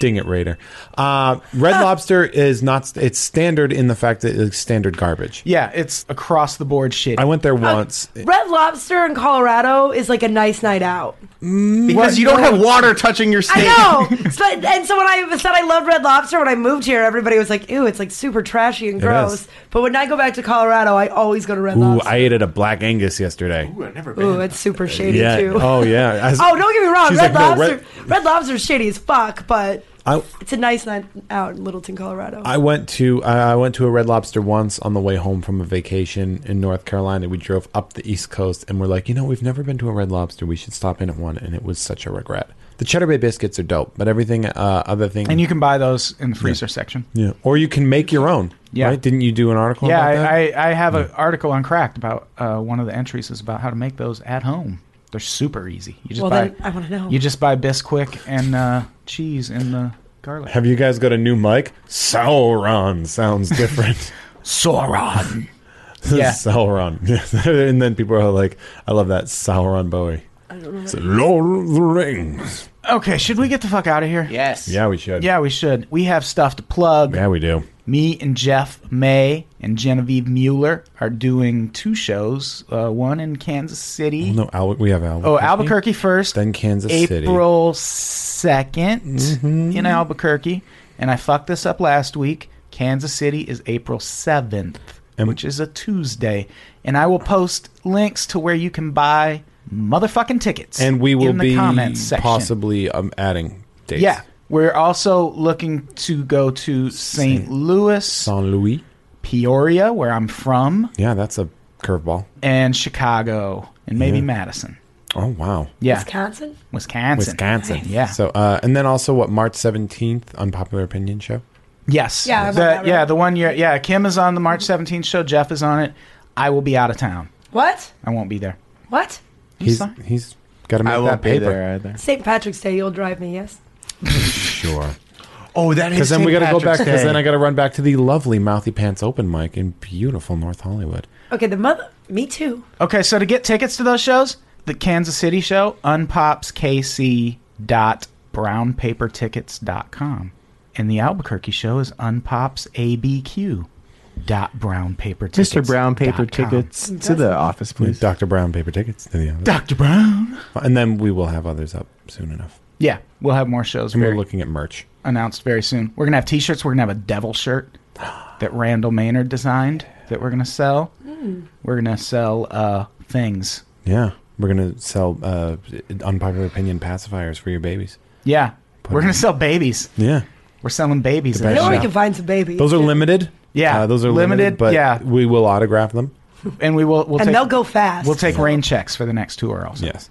Ding it, Raider. Uh, Red Lobster is not. It's standard in the fact that it's standard garbage.
Yeah, it's across the board shit.
I went there once.
Oh. Red Lobster in Colorado is like a nice night out.
Because you don't have water touching your steak.
I know. So- and so when I said I loved Red Lobster when I moved here, everybody was like, "Ew, it's like super trashy and
It
gross."
is.
But when I go back to Colorado, I always go to Red
Ooh,
Lobster.
I ate at a Black Angus yesterday.
Ooh, it's super shady
yeah.
too.
Oh yeah. As-
Oh, don't get me wrong.
She's
Red
like, no,
Lobster, Red Lobster's shady as fuck, but
I
It's a nice night out in Littleton, Colorado.
I went to I I went to a Red Lobster once on the way home from a vacation in North Carolina. We drove up the East Coast and we're like, you know, we've never been to a Red Lobster. We should stop in at one, and it was such a regret. The Cheddar Bay biscuits are dope, but everything uh, other thing
And you can buy those in the freezer section.
yeah, or you can make your own.
Yeah.
right? didn't you do an article?
Yeah,
about that?
I, I, I have an article on Cracked about uh, one of the entries is about how to make those at home. They're super easy. You just
Well,
buy,
then, I wanna know.
You just buy Bisquick and uh, cheese and the garlic.
Have you guys got a new mic? Sauron sounds different.
Sauron. Yeah.
Sauron. and then people are like, I love that Sauron Bowie. I don't know. Lord of the Rings.
Okay, should we get the fuck out of here?
Yes.
Yeah, we should.
Yeah, we should. We have stuff to plug.
Yeah, we do.
Me and Jeff May and Genevieve Mueller are doing two shows. Uh, one in Kansas City.
Oh,
No, Al- we have Albuquerque.
Oh, Albuquerque first.
Then Kansas City. Mm-hmm.
April 2nd in Albuquerque. And I fucked this up last week. Kansas City is April 7th,
And-
which is a Tuesday. And I will post links to where you can buy motherfucking tickets.
And we will
in the
be
comments section.
possibly um, adding dates.
Yeah. We're also looking to go to St.
Saint-
Louis,
San Luis.
Peoria, where I'm from,
Yeah, that's a curveball.
and Chicago, and maybe
Yeah.
Madison.
Oh, wow.
Yeah.
Wisconsin?
Wisconsin.
Wisconsin.
Yeah.
So, uh, and then also what, March 17th, Unpopular Opinion Show?
Yes.
Yeah, I
The-
want that,
yeah,
right?
the one year. Yeah, Kim is on the March 17th show. Jeff is on it. I will be out of town.
What?
I won't be there.
What?
He's,
sorry?
he's got to make
I
that
won't be
paper.
there either.
St. Patrick's Day, you'll drive me, yes?
Sure.
Oh, that is.
Because then we got to go back. Because then I
I,
got to run back to the lovely Mouthy Pants open mic in beautiful North Hollywood.
Okay, the mother. Me too.
Okay, so to get tickets to those shows, the Kansas City show, unpopskc.brownpapertickets.com. And the Albuquerque show is unpopsabq. Dot brown paper tickets.
Mr. Brown paper tickets to the office, please.
Dr. Brown paper tickets to the other.
Dr. Brown.
and then we will have others up soon enough.
Yeah, we'll have more shows.
And
Very,
we're looking at merch.
announced very soon. We're gonna have T-shirts. We're gonna have a devil shirt that Randall Maynard designed that we're gonna sell.
Hmm.
We're gonna sell uh, things.
Yeah, we're gonna sell uh, unpopular opinion pacifiers for your babies.
Yeah, we're
it
gonna
in.
sell babies.
Yeah,
We're selling babies.
The
in
You
the
know where we
shop.
can find some babies.
those are limited.
Yeah,
Uh, those are
limited,
limited, but
yeah.
we will autograph them.
and we will. We'll
and
take,
they'll go fast.
We'll take rain checks for the next tour. Also.
Yes.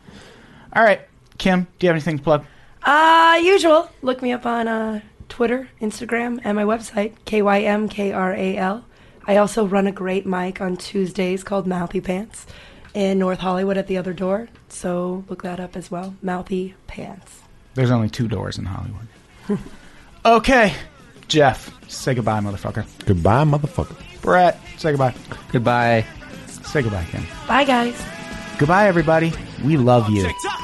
All right, Kim. Do you have anything to plug?
Uh, usual. Look me up on uh, Twitter, Instagram, and my website, KYMKRAL. I also run a great mic on Tuesdays called Mouthy Pants in North Hollywood at the other door. So look that up as well. Mouthy Pants.
There's only two doors in Hollywood. okay, Jeff. Say goodbye, motherfucker.
Goodbye, motherfucker.
Brett. Say goodbye.
Goodbye.
Say goodbye, Kim.
Bye, guys.
Goodbye, everybody. We love you.
TikTok.